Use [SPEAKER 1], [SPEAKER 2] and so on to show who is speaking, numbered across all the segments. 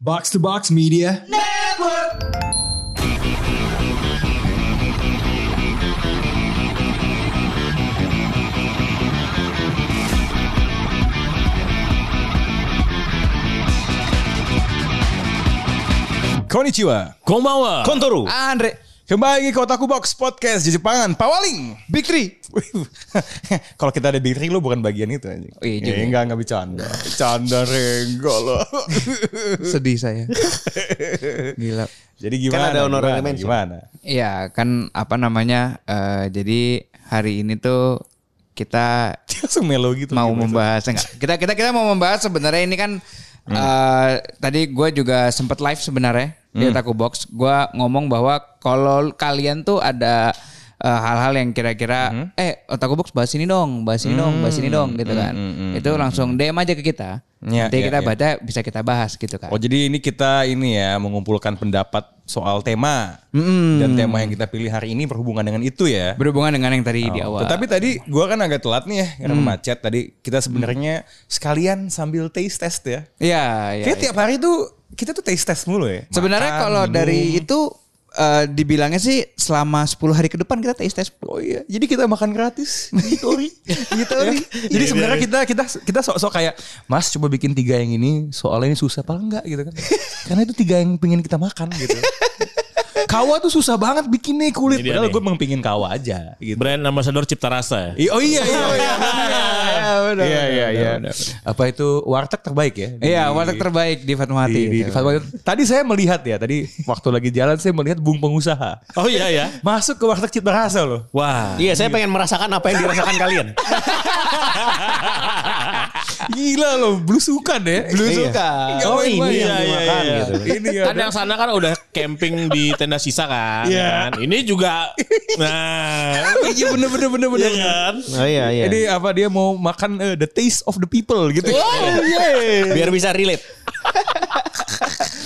[SPEAKER 1] Box to Box Media. Konnichiwa.
[SPEAKER 2] こんばんは。
[SPEAKER 3] Kontoru.
[SPEAKER 4] Andre,
[SPEAKER 1] Kembali lagi ke Otaku Box Podcast di Jepangan. Pak Waling.
[SPEAKER 4] Big Three.
[SPEAKER 1] Kalau kita ada Big Three lu bukan bagian itu anjing.
[SPEAKER 4] Oh, iya juga.
[SPEAKER 1] Ya, enggak enggak bercanda. Bercanda Renggo lo.
[SPEAKER 4] Sedih saya. Gila.
[SPEAKER 1] Jadi gimana?
[SPEAKER 3] ada honorary
[SPEAKER 1] gimana,
[SPEAKER 3] mention.
[SPEAKER 1] Gimana?
[SPEAKER 4] Iya, kan apa namanya? eh, jadi hari ini tuh kita
[SPEAKER 1] Dia langsung melo gitu.
[SPEAKER 4] mau
[SPEAKER 1] Gimana?
[SPEAKER 4] membahas enggak? Kita kita kita mau membahas sebenarnya ini kan
[SPEAKER 1] Hmm.
[SPEAKER 4] eh, tadi gue juga sempat live sebenarnya di
[SPEAKER 1] Hmm.
[SPEAKER 4] Otaku Box. Gue ngomong bahwa kalau kalian tuh ada eh, hal-hal yang kira-kira
[SPEAKER 1] Hmm.
[SPEAKER 4] eh Otaku Box bahas ini dong, bahas ini dong, bahas ini dong gitu kan.
[SPEAKER 1] hmm,
[SPEAKER 4] Itu langsung DM aja ke kita.
[SPEAKER 1] Iya,
[SPEAKER 4] Nanti
[SPEAKER 1] iya,
[SPEAKER 4] kita
[SPEAKER 1] iya.
[SPEAKER 4] baca bisa kita bahas gitu kan.
[SPEAKER 1] Oh jadi ini kita ini ya mengumpulkan pendapat soal tema dan tema yang kita pilih hari ini berhubungan dengan itu ya.
[SPEAKER 4] Berhubungan dengan yang tadi di awal.
[SPEAKER 1] Oh.
[SPEAKER 4] Mm.
[SPEAKER 1] Tetapi tadi gua kan agak telat nih ya karena macet. Tadi kita sebenarnya sekalian sambil taste test ya.
[SPEAKER 4] Iya, iya.
[SPEAKER 1] Kayaknya tiap hari tuh kita tuh taste test mulu ya.
[SPEAKER 4] Sebenarnya
[SPEAKER 1] Makan,
[SPEAKER 4] kalau
[SPEAKER 1] minum.
[SPEAKER 4] dari itu eh, dibilangnya sih selama 10 hari ke depan kita taste test.
[SPEAKER 1] Oh iya, jadi kita makan gratis di Tori. Di Tori. Jadi sebenarnya kita kita kita sok-sok kayak Mas coba bikin tiga yang ini, soalnya ini susah apa enggak gitu kan. Karena itu tiga yang pengen kita makan gitu. Kawa tuh susah banget bikinnya kulit.
[SPEAKER 2] Ini dia
[SPEAKER 1] Padahal
[SPEAKER 2] nih.
[SPEAKER 1] gue emang pingin kawa aja gitu.
[SPEAKER 2] Brand ambassador Cipta Rasa ya.
[SPEAKER 1] I- Oh iya iya iya. Iya iya iya. Apa itu warteg terbaik ya? Di-
[SPEAKER 4] Iya, warteg terbaik di Fatmawati.
[SPEAKER 1] di- di- di Fatmawati. Tadi saya melihat ya, tadi waktu lagi jalan saya melihat bung pengusaha
[SPEAKER 2] Oh iya ya.
[SPEAKER 1] masuk ke warteg Cipta Rasa loh.
[SPEAKER 2] Wah.
[SPEAKER 3] Iya, saya pengen merasakan apa yang dirasakan kalian.
[SPEAKER 1] Gila loh, blusukan ya.
[SPEAKER 4] Blusukan.
[SPEAKER 1] Nggak
[SPEAKER 3] Oh,
[SPEAKER 1] main-main.
[SPEAKER 3] ini yang
[SPEAKER 2] Iya, iya,
[SPEAKER 3] dimakan
[SPEAKER 2] iya.
[SPEAKER 3] gitu.
[SPEAKER 1] Ini ya.
[SPEAKER 2] Kan yang sana kan udah camping di tenda sisa kan.
[SPEAKER 1] Iya.
[SPEAKER 2] kan? Ini juga. Nah.
[SPEAKER 1] Iya bener bener bener bener.
[SPEAKER 2] Iya kan.
[SPEAKER 3] Oh iya iya.
[SPEAKER 1] Jadi apa dia mau makan eh, the taste of the people gitu.
[SPEAKER 3] Oh, iya. biar bisa relate.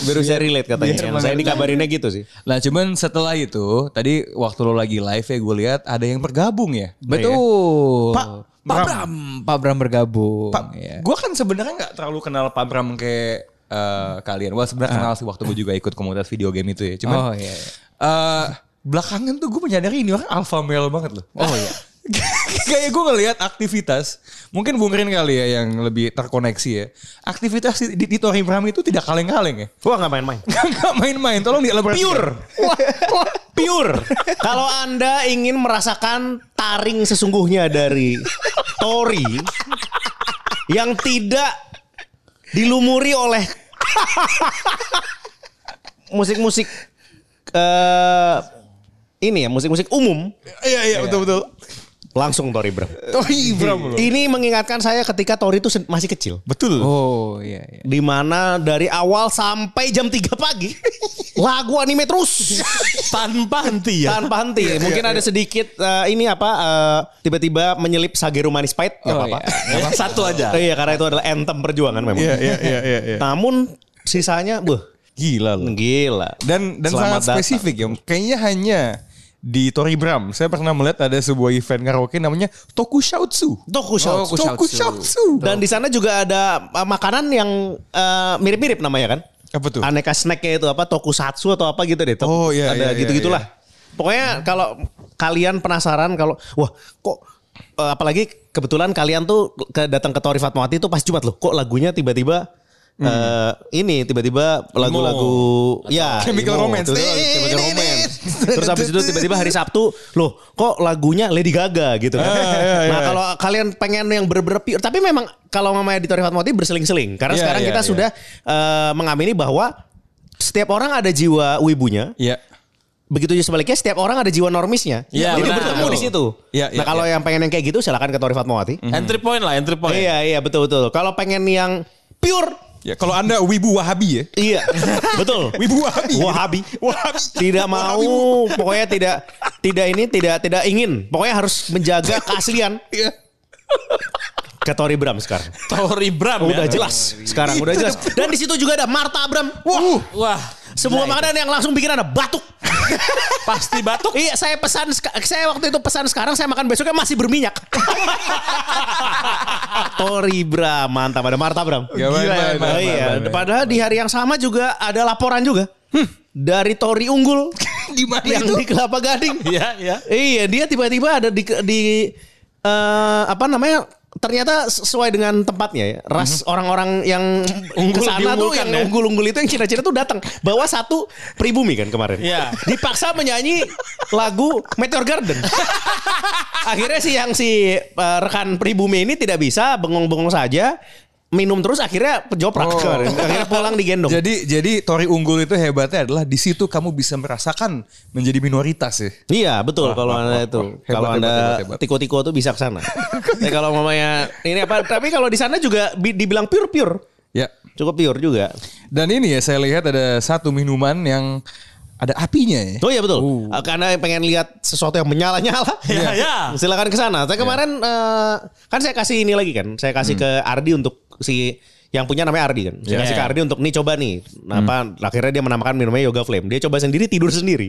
[SPEAKER 3] biar bisa relate katanya. Yang saya dikabarinnya gitu sih.
[SPEAKER 1] Nah cuman setelah itu tadi waktu lo lagi live ya gue lihat ada yang bergabung ya.
[SPEAKER 4] Betul.
[SPEAKER 1] Pak- Pak iya. Bram.
[SPEAKER 4] Pak Bram bergabung.
[SPEAKER 1] Pak,
[SPEAKER 4] Iya.
[SPEAKER 1] gue kan sebenarnya nggak terlalu kenal Pak Bram kayak eh, kalian. Wah sebenarnya kenal sih waktu gue juga ikut komunitas video game itu ya. Cuman
[SPEAKER 4] Oh iya. iya.
[SPEAKER 1] eh, belakangan tuh gue menyadari ini orang alpha male banget loh. Oh iya. Kayak gue ngelihat aktivitas, mungkin Bung Rin kali ya yang lebih terkoneksi ya. Aktivitas di, di, di Tori Bram itu tidak kaleng-kaleng ya.
[SPEAKER 3] Wah nggak main-main.
[SPEAKER 1] Enggak main-main, tolong dielaborasi.
[SPEAKER 3] Pure. Pure. Kalau anda ingin merasakan taring sesungguhnya dari Tori yang tidak dilumuri oleh musik-musik eh ini ya musik-musik umum
[SPEAKER 1] Iya iya betul betul.
[SPEAKER 3] langsung Tori Bram.
[SPEAKER 1] Tori Bram loh.
[SPEAKER 3] Ini mengingatkan saya ketika Tori itu sen- masih kecil.
[SPEAKER 1] Betul.
[SPEAKER 4] Oh iya. iya.
[SPEAKER 3] di mana dari awal sampai jam 3 pagi lagu anime terus
[SPEAKER 2] Tanpa henti ya.
[SPEAKER 3] tanpa henti. Mungkin ada sedikit eh, ini apa eh, tiba-tiba menyelip Sageru Manis Pahit nggak
[SPEAKER 4] Oh,
[SPEAKER 3] apa-apa.
[SPEAKER 2] Satu aja.
[SPEAKER 3] Eh, Iya karena itu adalah anthem perjuangan memang.
[SPEAKER 1] iya iya iya. iya.
[SPEAKER 3] Namun sisanya beuh
[SPEAKER 1] Gila loh.
[SPEAKER 3] gila.
[SPEAKER 1] Dan dan sangat
[SPEAKER 3] Selamat datang.
[SPEAKER 1] spesifik ya. Kayaknya hanya di Tori Bram. Saya pernah melihat ada sebuah event karaoke namanya Tokushautsu.
[SPEAKER 3] Tokushoutsu.
[SPEAKER 4] Tokushoutsu.
[SPEAKER 1] Dan
[SPEAKER 3] Dan di sana juga ada eh, makanan yang eh, mirip-mirip namanya kan?
[SPEAKER 1] Apa tuh?
[SPEAKER 3] Aneka snacknya itu apa? Tokusatsu atau apa gitu deh. Tok-
[SPEAKER 1] Oh, iya, iya,
[SPEAKER 3] Ada
[SPEAKER 1] iya,
[SPEAKER 3] gitu-gitulah. Pokoknya kalau kalian penasaran kalau wah kok eh, apalagi kebetulan kalian tuh ke, datang ke Tori Fatmawati itu pas Jumat loh. Kok lagunya tiba-tiba
[SPEAKER 1] Hmm.
[SPEAKER 3] eh, ini tiba-tiba lagu-lagu ya
[SPEAKER 1] Chemical
[SPEAKER 3] emo.
[SPEAKER 1] Romance.
[SPEAKER 3] Terus,
[SPEAKER 1] Eh,
[SPEAKER 3] Chemical
[SPEAKER 1] eh, eh,
[SPEAKER 3] Romance.
[SPEAKER 1] eh.
[SPEAKER 3] Terus habis itu tiba-tiba hari Sabtu loh kok lagunya Lady Gaga gitu kan.
[SPEAKER 1] Ah, iya,
[SPEAKER 3] Nah,
[SPEAKER 1] iya.
[SPEAKER 3] kalau kalau kalian pengen yang bener-bener pure, tapi memang kalau mamanya di Tori Fatmawati berseling-seling.
[SPEAKER 1] Iya,
[SPEAKER 3] Karena sekarang
[SPEAKER 1] iya,
[SPEAKER 3] kita
[SPEAKER 1] iya.
[SPEAKER 3] sudah eh, mengamini bahwa setiap orang ada jiwa wibunya.
[SPEAKER 1] Iya.
[SPEAKER 3] Begitu juga sebaliknya setiap orang ada jiwa normisnya.
[SPEAKER 2] Iya,
[SPEAKER 3] Jadi
[SPEAKER 2] benar.
[SPEAKER 3] bertemu di situ.
[SPEAKER 1] Iya, iya,
[SPEAKER 3] nah, kalau yang pengen yang kayak gitu silakan ke Tori Fatmawati.
[SPEAKER 2] Mhm. Entry point lah, entry point.
[SPEAKER 3] Iya, iya, betul-betul. Kalau pengen yang pure,
[SPEAKER 1] Ya kalau Anda wibu Wahabi ya.
[SPEAKER 3] iya. betul.
[SPEAKER 1] Wibu Wahabi.
[SPEAKER 3] Wahabi.
[SPEAKER 1] Wahabi.
[SPEAKER 3] Tidak mau, pokoknya tidak tidak ini tidak tidak ingin. Pokoknya harus menjaga keaslian
[SPEAKER 1] Iya.
[SPEAKER 3] ke Tori Bram sekarang.
[SPEAKER 2] Tori Uh. Bram ya.
[SPEAKER 3] Udah jelas sekarang udah jelas. Dan di situ juga ada Marta Abram.
[SPEAKER 2] Wah.
[SPEAKER 3] Semua
[SPEAKER 4] itu.
[SPEAKER 3] makanan yang langsung bikin anda batuk.
[SPEAKER 2] Pasti batuk.
[SPEAKER 3] Iya, saya pesan seka- saya waktu itu pesan sekarang saya makan besoknya masih berminyak. Tori Bram, mantap ada Marta Bram.
[SPEAKER 1] Gila,
[SPEAKER 3] Oh
[SPEAKER 1] mantap,
[SPEAKER 3] iya,
[SPEAKER 1] mantap.
[SPEAKER 3] padahal di hari yang sama juga ada laporan juga. Hmm, dari Tori Unggul
[SPEAKER 4] Gimana
[SPEAKER 3] yang
[SPEAKER 4] itu?
[SPEAKER 3] di Kelapa Gading.
[SPEAKER 2] Iya, iya.
[SPEAKER 3] Iya, dia tiba-tiba ada di di eh, apa namanya? Ternyata sesuai dengan tempatnya ya. Ras orang-orang yang
[SPEAKER 2] Mhm. Unggul
[SPEAKER 3] unggul sana tuh
[SPEAKER 2] diunggulkan
[SPEAKER 3] yang
[SPEAKER 2] ya.
[SPEAKER 3] unggul-unggul itu yang Cina-Cina tuh datang. Bawa satu pribumi kan kemarin.
[SPEAKER 2] Iya.
[SPEAKER 3] Dipaksa menyanyi lagu Meteor Garden. akhirnya si yang si eh, rekan pribumi ini tidak bisa bengong-bengong saja minum terus akhirnya
[SPEAKER 1] Oh.
[SPEAKER 3] joprak kemarin. Akhirnya pulang digendong.
[SPEAKER 1] Jadi jadi Tori Unggul itu hebatnya adalah di situ kamu bisa merasakan menjadi minoritas ya.
[SPEAKER 3] Iya betul kalau
[SPEAKER 1] wah, wah,
[SPEAKER 3] anda itu
[SPEAKER 1] wah. Hebat,
[SPEAKER 3] kalau
[SPEAKER 1] hebat,
[SPEAKER 3] anda
[SPEAKER 1] hebat, hebat.
[SPEAKER 3] tiko-tiko tuh bisa ke sana. Tapi kalau mamanya ini apa? Tapi kalau di sana juga bi- dibilang pure pure,
[SPEAKER 1] Ya.
[SPEAKER 3] cukup pure juga.
[SPEAKER 1] Dan ini ya saya lihat ada satu minuman yang ada apinya ya.
[SPEAKER 3] Oh iya betul. Karena pengen lihat sesuatu yang menyala-nyala. ya?
[SPEAKER 2] Iya, iya.
[SPEAKER 3] Silakan ke sana.
[SPEAKER 1] Iya.
[SPEAKER 3] Saya kemarin eh, kan saya kasih ini lagi kan. Saya
[SPEAKER 1] Hmm.
[SPEAKER 3] kasih ke Ardi untuk si yang punya namanya Ardi kan. Saya
[SPEAKER 2] Iya.
[SPEAKER 3] kasih ke Ardi untuk nih coba nih.
[SPEAKER 1] Hmm.
[SPEAKER 3] Nah, apa akhirnya dia menamakan minumnya Yoga Flame. Dia coba sendiri tidur sendiri.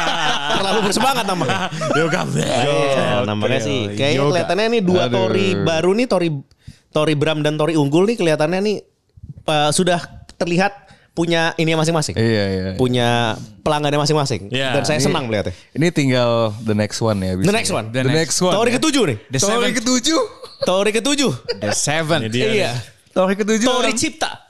[SPEAKER 3] Terlalu bersemangat namanya.
[SPEAKER 2] Yoga
[SPEAKER 4] Eh,
[SPEAKER 3] Iya, namanya sih. Kayaknya
[SPEAKER 2] Yoga.
[SPEAKER 3] kelihatannya nih dua
[SPEAKER 1] Aduh.
[SPEAKER 3] Tori baru nih Tori Tori Bram dan Tori Unggul nih kelihatannya nih eh, sudah terlihat punya ini masing-masing.
[SPEAKER 1] Iya, iya.
[SPEAKER 3] Punya pelanggannya masing-masing.
[SPEAKER 2] Iya.
[SPEAKER 3] Dan saya
[SPEAKER 1] Ini-
[SPEAKER 3] senang melihatnya.
[SPEAKER 1] Ini tinggal the next one ya.
[SPEAKER 3] The next one.
[SPEAKER 1] The next one.
[SPEAKER 3] Tori
[SPEAKER 1] ya.
[SPEAKER 3] ketujuh nih.
[SPEAKER 4] The
[SPEAKER 1] Tori
[SPEAKER 4] seven.
[SPEAKER 1] ketujuh.
[SPEAKER 3] Tori ketujuh.
[SPEAKER 4] The seven.
[SPEAKER 2] Ini dia.
[SPEAKER 3] iya.
[SPEAKER 1] Tori ketujuh.
[SPEAKER 3] Tori Cipta.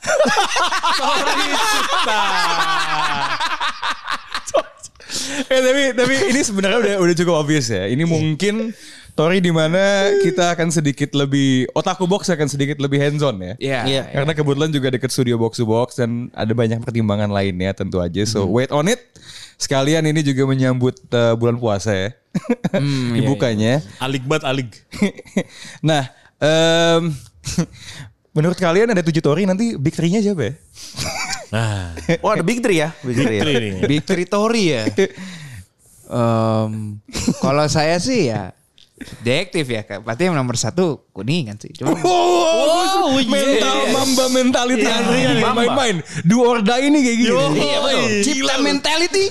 [SPEAKER 1] Eh, tapi tapi ini sebenarnya udah udah cukup obvious ya. Ini mungkin Tori di mana kita akan sedikit lebih otaku box akan sedikit lebih hands on ya.
[SPEAKER 4] Iya.
[SPEAKER 3] Iya.
[SPEAKER 1] Karena kebetulan juga deket studio box to box dan ada banyak pertimbangan lainnya tentu aja. So wait on it. Sekalian ini juga menyambut eh, bulan puasa ya. Dibukanya.
[SPEAKER 2] Alik bat alik.
[SPEAKER 1] nah, em, menurut kalian ada tujuh Tori nanti big three-nya siapa ya?
[SPEAKER 2] Nah,
[SPEAKER 3] Wah, ada Big Three ya. Big Three.
[SPEAKER 2] Tri nih.
[SPEAKER 4] Big Three Tori ya. Em, kalau saya sih ya detektif ya. Kak. Berarti yang nomor satu kuningan sih. Cuma
[SPEAKER 1] Wow, Oh, iya. mental mamba mentality Andre ini nggak main-main. Do or die ini kayak gini.
[SPEAKER 4] Iya betul. Cipta mentality.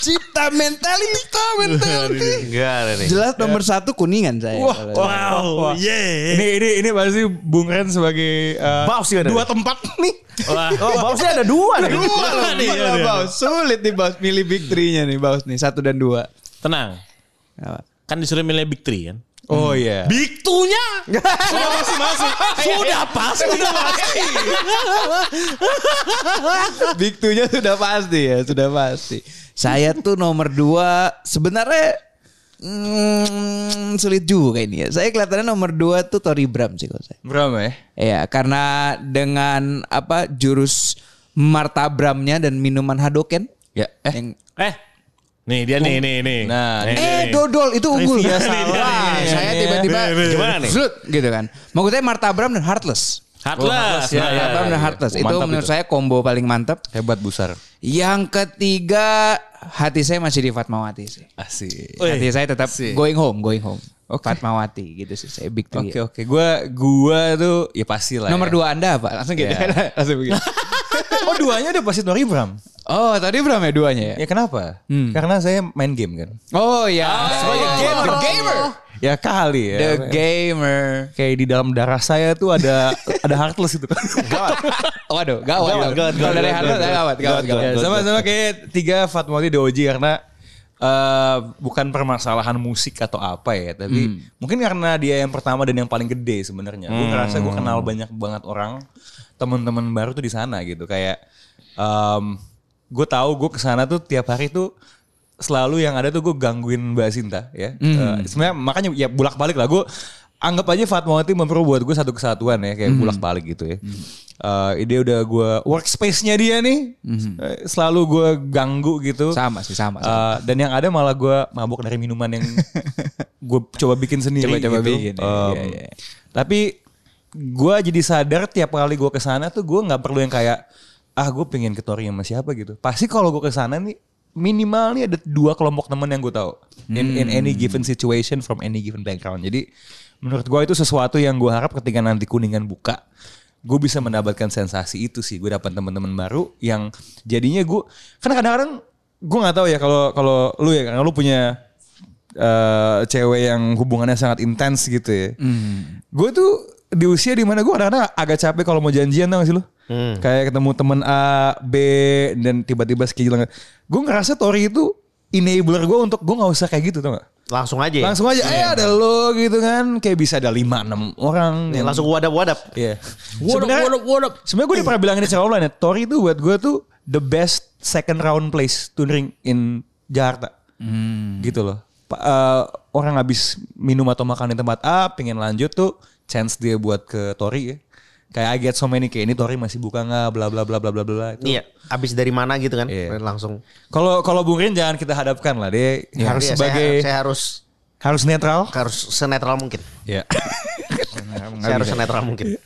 [SPEAKER 4] Cipta mentality. Cipta mentality.
[SPEAKER 3] Enggak ada nih.
[SPEAKER 4] Jelas nomor satu kuningan saya.
[SPEAKER 1] Wah,
[SPEAKER 4] Kalau-
[SPEAKER 2] Wow,
[SPEAKER 1] Ini
[SPEAKER 2] yeah.
[SPEAKER 1] ini ini pasti Bung Ren sebagai eh,
[SPEAKER 3] Baus juga ada
[SPEAKER 1] dua
[SPEAKER 3] nih.
[SPEAKER 1] tempat nih.
[SPEAKER 2] Wah.
[SPEAKER 3] Oh, Bausnya ada dua nih.
[SPEAKER 4] Dua loh,
[SPEAKER 2] Iya,
[SPEAKER 4] gila,
[SPEAKER 2] iya.
[SPEAKER 4] Baus. Sulit nih Baus milih big three-nya nih Baus nih. Satu dan dua.
[SPEAKER 2] Tenang.
[SPEAKER 4] Apa?
[SPEAKER 2] Kan disuruh milih Big Three kan?
[SPEAKER 1] Oh iya.
[SPEAKER 2] Big Two-nya. masih-masih. Sudah pasti.
[SPEAKER 4] Big Two-nya sudah pasti ya, sudah pasti. Saya tuh nomor dua sebenarnya hmm, sulit juga ini ya. Saya kelihatannya nomor dua tuh Tori Bram sih kalau saya.
[SPEAKER 1] Berapa ya?
[SPEAKER 4] Ya karena dengan apa jurus martabramnya dan minuman hadoken.
[SPEAKER 1] Ya, eh.
[SPEAKER 4] Yang,
[SPEAKER 2] Eh. Nih dia nih nih nih.
[SPEAKER 1] Nah,
[SPEAKER 2] Nih,
[SPEAKER 4] eh
[SPEAKER 2] nih.
[SPEAKER 4] dodol itu unggul.
[SPEAKER 2] Trivia nih, dia
[SPEAKER 4] Salah.
[SPEAKER 2] nih.
[SPEAKER 4] Saya
[SPEAKER 1] Iya,
[SPEAKER 4] tiba-tiba
[SPEAKER 2] iya, iya. Gimana nih?
[SPEAKER 4] Zlut, gitu kan. Maksudnya martabram dan heartless.
[SPEAKER 2] Heartless.
[SPEAKER 1] Oh, heartless,
[SPEAKER 2] Nah,
[SPEAKER 1] ya, ya,
[SPEAKER 4] martabram
[SPEAKER 1] ya,
[SPEAKER 4] dan
[SPEAKER 1] ya.
[SPEAKER 4] heartless. itu
[SPEAKER 1] Mantap
[SPEAKER 4] menurut
[SPEAKER 1] itu.
[SPEAKER 4] saya combo paling mantap.
[SPEAKER 1] Hebat Busar.
[SPEAKER 4] Yang ketiga hati saya masih di Fatmawati sih.
[SPEAKER 1] Asik.
[SPEAKER 2] Wih.
[SPEAKER 4] Hati saya tetap
[SPEAKER 1] sih.
[SPEAKER 4] going home, going home.
[SPEAKER 1] Oke.
[SPEAKER 4] Fatmawati gitu sih saya big three.
[SPEAKER 1] Oke oke, gua gua tuh ya pasti lah.
[SPEAKER 4] Nomor
[SPEAKER 1] ya.
[SPEAKER 4] dua Anda apa? Langsung gitu.
[SPEAKER 1] Ya.
[SPEAKER 4] Langsung begitu.
[SPEAKER 1] Oh duanya udah pasti Nori Bram.
[SPEAKER 4] Oh, tadi berapa ya duanya
[SPEAKER 1] Ya
[SPEAKER 4] ya?
[SPEAKER 1] kenapa? Karena saya main game kan.
[SPEAKER 4] Oh ya.
[SPEAKER 1] Sebagai gamer.
[SPEAKER 4] The gamer.
[SPEAKER 1] Ya kali ya.
[SPEAKER 4] The gamer.
[SPEAKER 1] Kayak di dalam darah saya tuh ada ada heartless gitu. itu.
[SPEAKER 4] Waduh, Oh,
[SPEAKER 3] Gawat,
[SPEAKER 4] gawat. dong.
[SPEAKER 3] gawat,
[SPEAKER 4] Kalau
[SPEAKER 3] gawat,
[SPEAKER 4] dari Hanno
[SPEAKER 3] gawat,
[SPEAKER 4] saya gawat, gawat, gawat.
[SPEAKER 1] Ya, sama-sama kayak tiga Fatmawati Doji karena eh, bukan permasalahan musik atau apa ya, tapi mungkin karena dia yang pertama dan yang paling gede sebenarnya. Gue ngerasa gue kenal banyak banget orang, teman-teman baru tuh di sana gitu. Kayak gue tahu gue kesana tuh tiap hari tuh selalu yang ada tuh gue gangguin Mbak Sinta ya.
[SPEAKER 4] Hmm.
[SPEAKER 1] Eh, Sebenarnya makanya ya bolak balik lah gue anggap aja Fatmawati memperbuat buat gue satu kesatuan ya kayak
[SPEAKER 4] Hmm.
[SPEAKER 1] bolak balik gitu ya. Eh, dia udah gue workspace-nya dia nih eh, selalu gue ganggu gitu.
[SPEAKER 4] Hmm. Sama sih, sama. sama.
[SPEAKER 1] Eh, dan yang ada malah gue mabuk dari minuman yang gue coba bikin sendiri
[SPEAKER 4] Coba-coba
[SPEAKER 1] gitu.
[SPEAKER 4] bikin, ya.
[SPEAKER 1] Em,
[SPEAKER 4] Iya, iya.
[SPEAKER 1] Tapi gue jadi sadar tiap kali gue kesana tuh gue nggak perlu yang kayak ah gue pengen ke Tori sama siapa gitu. Pasti kalau gue kesana nih minimal nih ada dua kelompok temen yang gue tahu in, in any given situation from any given background. Jadi menurut gue itu sesuatu yang gue harap ketika nanti kuningan buka gue bisa mendapatkan sensasi itu sih. Gue dapat teman-teman baru yang jadinya gue karena kadang-kadang gue nggak tahu ya kalau kalau lu ya karena lu punya eh, cewek yang hubungannya sangat intens gitu ya. Gue tuh di usia dimana gue kadang-kadang agak capek kalau mau janjian tau gak sih lu? Kayak ketemu temen A, B, dan tiba-tiba sekilang. Gue ngerasa Tori itu enabler gue untuk gue nggak usah kayak gitu tau gak?
[SPEAKER 3] Langsung aja ya?
[SPEAKER 1] Langsung aja, eh ada lo gitu kan. Kayak bisa ada 5-6 orang. yang-
[SPEAKER 3] Langsung wadap-wadap.
[SPEAKER 1] Iya. Sebenarnya sebenarnya gue udah pernah bilang ini secara online ya. Tori itu buat gue tuh the best second round place to drink in Jakarta. Gitu loh. Pa- eh, orang habis minum atau makan di tempat A, pengen lanjut tuh chance dia buat ke Tori ya. Kayak I get so many kayak ini Tori masih buka nggak bla bla bla bla bla bla itu.
[SPEAKER 3] Iya. Abis dari mana gitu kan?
[SPEAKER 1] Iya.
[SPEAKER 3] Langsung.
[SPEAKER 1] Kalau kalau Bung Rin jangan kita hadapkan lah dia harus
[SPEAKER 3] Iya, saya-
[SPEAKER 1] sebagai
[SPEAKER 3] saya harus
[SPEAKER 1] harus netral.
[SPEAKER 3] harus senetral mungkin.
[SPEAKER 1] Ya.
[SPEAKER 3] Saya harus senetral mungkin.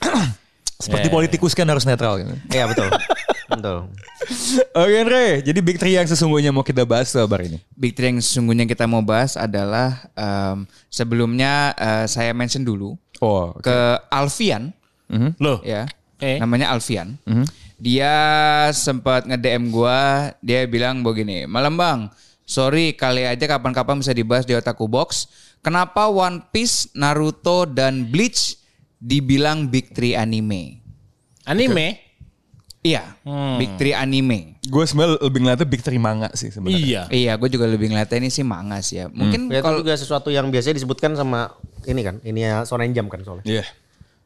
[SPEAKER 1] Seperti politikus kan harus netral gitu.
[SPEAKER 3] Iya betul. betul.
[SPEAKER 1] Oke Andre, jadi big three yang sesungguhnya mau kita bahas tuh kabar ini.
[SPEAKER 4] Big Three yang sesungguhnya kita mau bahas adalah em, sebelumnya eh, saya mention dulu
[SPEAKER 1] Oh,
[SPEAKER 4] ke Alfian
[SPEAKER 3] Oh.
[SPEAKER 2] Loh.
[SPEAKER 4] ya.
[SPEAKER 2] Eh.
[SPEAKER 4] Namanya Alfian.
[SPEAKER 3] Mhm.
[SPEAKER 4] Dia sempat nge-DM gua, dia bilang begini, "Malam Bang, sorry kali aja kapan-kapan bisa dibahas di Otaku Box. Kenapa One Piece, Naruto dan Bleach dibilang Big Three anime?"
[SPEAKER 2] Anime?
[SPEAKER 4] Iya, Big Three anime.
[SPEAKER 1] Gue sebenarnya lebih ngeliatnya Big Three manga sih sebenarnya.
[SPEAKER 2] Iya.
[SPEAKER 4] Iya, gue juga lebih ngeliatnya ini sih manga sih ya. Mungkin
[SPEAKER 3] Ya, itu
[SPEAKER 4] kalau
[SPEAKER 3] juga sesuatu yang biasanya disebutkan sama ini kan. Ini ya Shonen Jump kan soalnya.
[SPEAKER 1] Iya.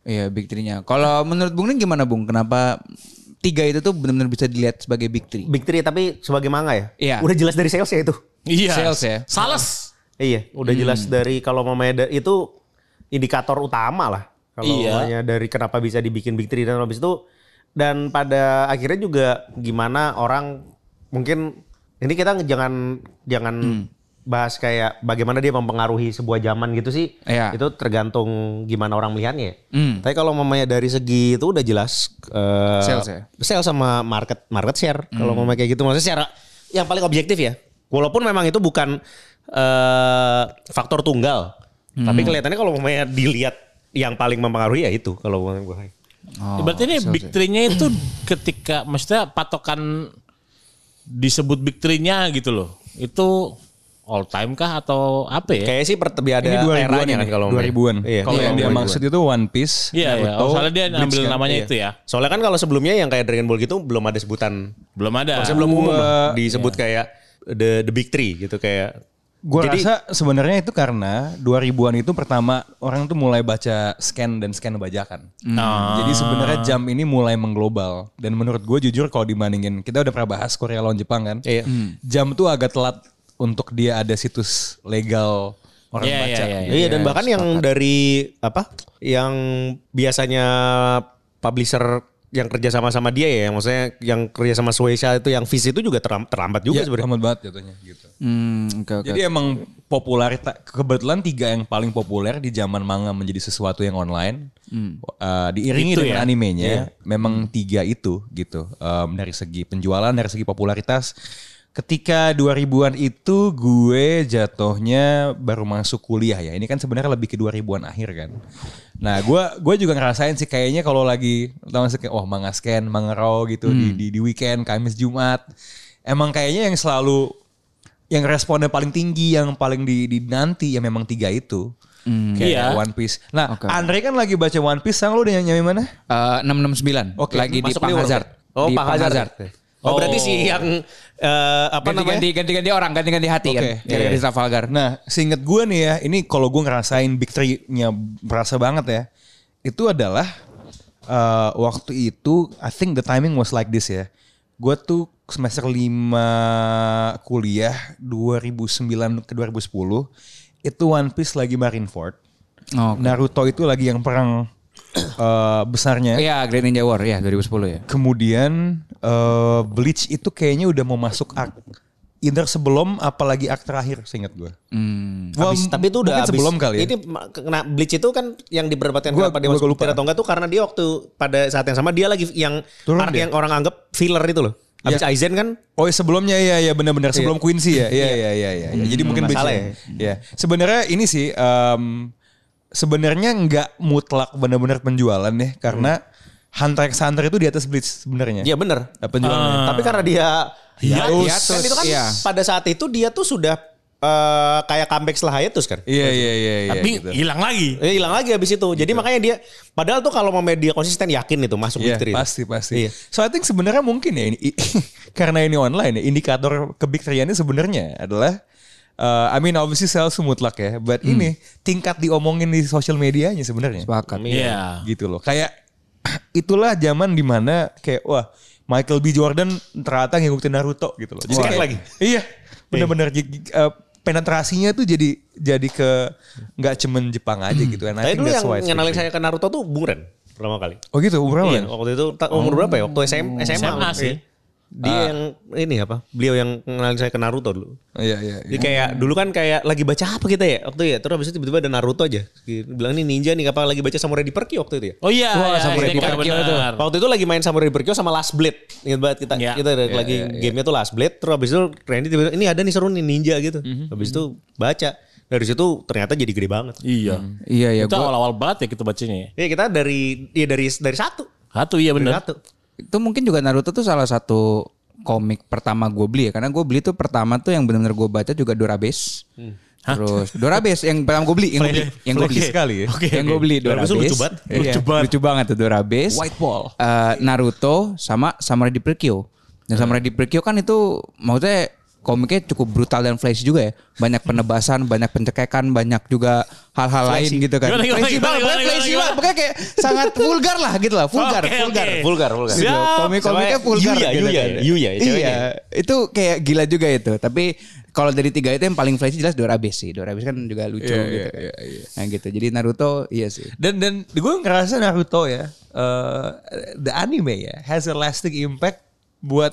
[SPEAKER 4] Iya big three-nya. Kalau menurut Bung Nin gimana Bung? Kenapa tiga itu tuh benar-benar bisa dilihat sebagai big three?
[SPEAKER 3] Big Three tapi sebagai manga ya?
[SPEAKER 4] Iya.
[SPEAKER 3] Udah jelas dari sales ya itu.
[SPEAKER 2] Iya.
[SPEAKER 4] Sales ya.
[SPEAKER 2] Sales.
[SPEAKER 3] Iya, udah
[SPEAKER 4] Hmm.
[SPEAKER 3] jelas dari kalau mamanya da- itu indikator utama lah. Kalau
[SPEAKER 2] Iya.
[SPEAKER 3] mamanya dari kenapa bisa dibikin Big Three dan habis itu dan pada akhirnya juga gimana orang mungkin ini kita jangan jangan
[SPEAKER 4] Hmm.
[SPEAKER 3] bahas kayak bagaimana dia mempengaruhi sebuah zaman gitu sih.
[SPEAKER 4] Iya.
[SPEAKER 3] Itu tergantung gimana orang melihatnya. ya.
[SPEAKER 4] Hmm.
[SPEAKER 3] Tapi kalau mamanya dari segi itu udah jelas eh,
[SPEAKER 4] Sales ya?
[SPEAKER 3] sales sama market market share kalau
[SPEAKER 1] Hmm.
[SPEAKER 3] mau kayak gitu maksudnya secara yang paling objektif ya walaupun memang itu bukan eh, faktor tunggal
[SPEAKER 1] Hmm.
[SPEAKER 3] tapi kelihatannya kalau mamanya dilihat yang paling mempengaruhi ya itu kalau mamanya gue
[SPEAKER 4] Oh,
[SPEAKER 2] Oh. Berarti ini big three-nya itu ketika maksudnya patokan disebut big three-nya gitu loh. Itu all time kah atau apa ya?
[SPEAKER 3] kayak sih pertebi ada
[SPEAKER 1] Ini 2000-an
[SPEAKER 3] eranya
[SPEAKER 1] ini,
[SPEAKER 3] kan kalau mamanya.
[SPEAKER 1] 2000-an.
[SPEAKER 3] iya,
[SPEAKER 1] Kalau yang dia
[SPEAKER 3] 2000-an.
[SPEAKER 1] maksud itu One Piece,
[SPEAKER 2] Iya, iya.
[SPEAKER 1] Naruto,
[SPEAKER 2] Oh, soalnya dia
[SPEAKER 1] Bleach
[SPEAKER 2] ambil
[SPEAKER 1] kan.
[SPEAKER 2] namanya
[SPEAKER 1] Iya.
[SPEAKER 2] itu ya.
[SPEAKER 3] soalnya kan kalau sebelumnya yang kayak Dragon Ball gitu belum ada sebutan
[SPEAKER 2] Belum ada.
[SPEAKER 3] maksudnya
[SPEAKER 1] Ah,
[SPEAKER 3] belum umum loh, disebut
[SPEAKER 1] iya.
[SPEAKER 3] kayak the the big three gitu kayak
[SPEAKER 1] Gue
[SPEAKER 3] Jadi-
[SPEAKER 1] rasa sebenarnya itu karena 2000-an itu pertama orang tuh mulai baca scan dan scan bajakan.
[SPEAKER 2] Hmm. Nah,
[SPEAKER 1] Jadi
[SPEAKER 2] Ah.
[SPEAKER 1] sebenarnya jam ini mulai mengglobal. Dan menurut gue jujur kalau dibandingin, kita udah pernah bahas Korea lawan Jepang kan.
[SPEAKER 3] Iya.
[SPEAKER 2] Hmm.
[SPEAKER 1] Jam tuh agak telat untuk dia ada situs legal orang
[SPEAKER 2] Iya,
[SPEAKER 1] baca.
[SPEAKER 2] iya, iya,
[SPEAKER 3] Iya dan bahkan yang dari apa yang biasanya publisher yang kerja sama sama dia ya, maksudnya yang kerja sama Suecia itu yang Viz itu juga terlam- terlambat juga
[SPEAKER 1] Iya,
[SPEAKER 3] sebenarnya.
[SPEAKER 1] amat banget jatuhnya gitu.
[SPEAKER 4] Hmm, oke oke.
[SPEAKER 1] Jadi emang popularitas kebetulan tiga yang paling populer di zaman manga menjadi sesuatu yang online
[SPEAKER 4] Hmm.
[SPEAKER 1] uh, diiringi
[SPEAKER 2] Itu
[SPEAKER 1] dengan
[SPEAKER 2] ya?
[SPEAKER 1] animenya memang tiga itu gitu Um, dari segi penjualan dari segi popularitas ketika 2000-an itu gue jatuhnya baru masuk kuliah ya ini kan sebenarnya lebih ke 2000-an akhir kan nah gue gue juga ngerasain sih kayaknya kalau lagi tau gak sih kayak, wah manga scan manga raw gitu di,
[SPEAKER 4] Hmm.
[SPEAKER 1] di di weekend Kamis Jumat emang kayaknya yang selalu yang responnya paling tinggi yang paling di, di nanti ya memang tiga itu kayak
[SPEAKER 2] Iya.
[SPEAKER 1] One Piece. Nah
[SPEAKER 4] Oke.
[SPEAKER 1] Andre kan lagi baca One Piece, sang lu udah nyampe mana?
[SPEAKER 4] Eh, 669.
[SPEAKER 1] Oke,
[SPEAKER 4] lagi di
[SPEAKER 3] Masuk
[SPEAKER 4] Pang
[SPEAKER 3] Liverpool.
[SPEAKER 4] Hazard.
[SPEAKER 3] Oh,
[SPEAKER 4] Di
[SPEAKER 3] Pang Hazard. Oh, berarti si yang eh, apa
[SPEAKER 4] Ganti
[SPEAKER 3] namanya?
[SPEAKER 4] ganti ganti ganti orang, ganti ganti hati
[SPEAKER 1] Oke.
[SPEAKER 4] kan. Ganti ganti Trafalgar.
[SPEAKER 1] Nah seinget gue nih ya, ini kalau gue ngerasain Big Three-nya berasa banget ya. Itu adalah eh, waktu itu I think the timing was like this ya. Gue tuh semester 5 kuliah 2009 ke 2010 itu One Piece lagi Marineford.
[SPEAKER 4] Oh.
[SPEAKER 1] Naruto itu lagi yang perang eh, besarnya.
[SPEAKER 4] Iya, Great Ninja War ya 2010 ya.
[SPEAKER 1] Kemudian eh, Bleach itu kayaknya udah mau masuk arc either sebelum apalagi arc terakhir seingat gue.
[SPEAKER 4] Hmm.
[SPEAKER 1] Wah,
[SPEAKER 3] Habis- tapi itu udah
[SPEAKER 1] mungkin
[SPEAKER 3] habis.
[SPEAKER 1] sebelum kali ya.
[SPEAKER 3] Ini ma- kena Bleach itu kan yang diperdebatkan
[SPEAKER 1] Gua-
[SPEAKER 3] kenapa dia
[SPEAKER 1] gua
[SPEAKER 3] masuk
[SPEAKER 1] lupa.
[SPEAKER 3] lupa. atau enggak tuh karena dia waktu pada saat yang sama dia lagi yang
[SPEAKER 1] Turun
[SPEAKER 3] part
[SPEAKER 1] dia?
[SPEAKER 3] yang orang anggap filler itu loh. Habis Aizen kan
[SPEAKER 1] Oh iya, sebelumnya ya ya benar-benar sebelum Quincy ya. Iya iya iya iya. Ya. Jadi mungkin
[SPEAKER 3] masalah
[SPEAKER 1] Bleach ya. Ya. Sebenarnya ini sih em, sebenarnya nggak mutlak benar-benar penjualan ya karena Hunter x Hunter itu di atas Blitz sebenarnya.
[SPEAKER 3] Iya bener.
[SPEAKER 1] Penjualannya.
[SPEAKER 3] Tapi karena dia
[SPEAKER 1] Iya,
[SPEAKER 2] Hiatus.
[SPEAKER 3] hiatus, kan itu kan
[SPEAKER 4] Iya.
[SPEAKER 3] pada saat itu dia tuh sudah eh, kayak comeback setelah hiatus kan.
[SPEAKER 1] Iya iya iya iya.
[SPEAKER 2] Tapi
[SPEAKER 1] gitu.
[SPEAKER 2] hilang lagi.
[SPEAKER 3] Eh, hilang lagi habis itu. Jadi makanya dia padahal tuh kalau mau media konsisten yakin itu masuk
[SPEAKER 1] Iya,
[SPEAKER 3] Big Three.
[SPEAKER 1] pasti pasti.
[SPEAKER 3] Iya.
[SPEAKER 1] So I think sebenarnya mungkin ya ini karena ini online ya indikator ke Big Three-nya sebenarnya adalah uh, I mean obviously sales mutlak ya, but
[SPEAKER 3] Hmm.
[SPEAKER 1] ini tingkat diomongin di sosial medianya sebenarnya.
[SPEAKER 4] Sepakat.
[SPEAKER 2] Iya.
[SPEAKER 1] Gitu loh. Kayak itulah zaman dimana kayak wah Michael B Jordan ternyata ngikutin Naruto gitu loh.
[SPEAKER 3] Sekarang
[SPEAKER 1] kayak-
[SPEAKER 3] lagi.
[SPEAKER 1] Iya. Bener-bener jadi, uh, penetrasinya tuh jadi jadi ke nggak cemen Jepang aja gitu. And I
[SPEAKER 3] Hmm. Tapi
[SPEAKER 1] think
[SPEAKER 3] dulu
[SPEAKER 1] that's
[SPEAKER 3] yang
[SPEAKER 1] why it's
[SPEAKER 3] ngenalin
[SPEAKER 1] Big
[SPEAKER 3] saya ke Naruto tuh Buren pertama kali.
[SPEAKER 1] Three. Oh gitu, berapa? Oh.
[SPEAKER 3] Iya, waktu itu ta- umur berapa ya? Waktu SM, SMA.
[SPEAKER 2] SMA sih.
[SPEAKER 3] Iya. Dia
[SPEAKER 1] Ah.
[SPEAKER 3] yang ini apa? Beliau yang ngenalin saya ke Naruto dulu.
[SPEAKER 1] Iya iya. iya.
[SPEAKER 3] Jadi kayak
[SPEAKER 2] Hmm.
[SPEAKER 3] dulu kan kayak lagi baca apa kita ya waktu ya terus habis itu tiba-tiba ada Naruto aja. Dia Bilang ini ninja nih apa lagi baca Samurai di Perky waktu itu ya.
[SPEAKER 2] Oh iya,
[SPEAKER 4] Wah,
[SPEAKER 2] iya,
[SPEAKER 4] sama
[SPEAKER 2] iya,
[SPEAKER 4] Ricky
[SPEAKER 2] iya,
[SPEAKER 4] Parkio itu.
[SPEAKER 2] benar.
[SPEAKER 3] Waktu itu lagi main Samurai Berkyo sama Last Blade. Ingat banget kita
[SPEAKER 2] Iya.
[SPEAKER 3] kita lagi gamenya tuh Last Blade. Terus habis itu Randy tiba-tiba ini ada nih seru nih ninja gitu.
[SPEAKER 2] Mhm,
[SPEAKER 3] Habis itu baca. Dari situ ternyata jadi gede banget.
[SPEAKER 2] Iya.
[SPEAKER 4] Iya ya
[SPEAKER 2] Itu
[SPEAKER 4] gua
[SPEAKER 2] awal-awal banget ya kita bacanya
[SPEAKER 3] Ya
[SPEAKER 2] ya.
[SPEAKER 3] kita dari ya dari dari satu.
[SPEAKER 2] Satu iya
[SPEAKER 3] Dari
[SPEAKER 2] benar.
[SPEAKER 3] satu.
[SPEAKER 4] itu mungkin juga Naruto tuh salah satu komik pertama gue beli ya karena gue beli tuh pertama tuh yang benar-benar gue baca juga Dorabes terus Dorabes yang pertama gue beli yang gue beli yang gue beli
[SPEAKER 1] Flashback sekali ya.
[SPEAKER 2] Oke,
[SPEAKER 4] yang gue
[SPEAKER 2] oke.
[SPEAKER 4] beli
[SPEAKER 3] Dorabes
[SPEAKER 4] Dorabes
[SPEAKER 3] tuh lucu banget.
[SPEAKER 4] Iya, lucu banget tuh Dorabes
[SPEAKER 1] White Wall.
[SPEAKER 4] Eh, Naruto sama Samurai di Perkyo dan Samurai di Perkyo kan itu maksudnya komiknya cukup brutal dan flashy juga ya banyak penebasan banyak pencekekan banyak juga hal-hal lain gitu kan
[SPEAKER 2] Gimana, gimana,
[SPEAKER 4] flashy
[SPEAKER 2] gimana,
[SPEAKER 4] banget
[SPEAKER 2] gimana,
[SPEAKER 4] pokoknya flashy
[SPEAKER 2] gimana,
[SPEAKER 4] banget pokoknya kayak sangat vulgar lah gitu lah vulgar
[SPEAKER 2] Oke, oke.
[SPEAKER 4] vulgar
[SPEAKER 3] Vulgar, vulgar.
[SPEAKER 4] Gitu,
[SPEAKER 2] Siap.
[SPEAKER 4] komik-komiknya
[SPEAKER 3] Sama
[SPEAKER 4] vulgar
[SPEAKER 3] kan? Yuya,
[SPEAKER 4] gitu
[SPEAKER 3] Yuya,
[SPEAKER 4] kan.
[SPEAKER 3] Yuya, ya, ceweknya.
[SPEAKER 4] iya itu kayak gila juga itu tapi kalau dari tiga itu yang paling flashy jelas Dorabes sih Dorabes kan juga lucu
[SPEAKER 1] Iya,
[SPEAKER 4] gitu
[SPEAKER 1] iya,
[SPEAKER 4] kan
[SPEAKER 1] iya,
[SPEAKER 4] nah gitu jadi Naruto iya sih
[SPEAKER 1] Dan dan gue ngerasa Naruto ya, eh, the anime ya has a lasting impact buat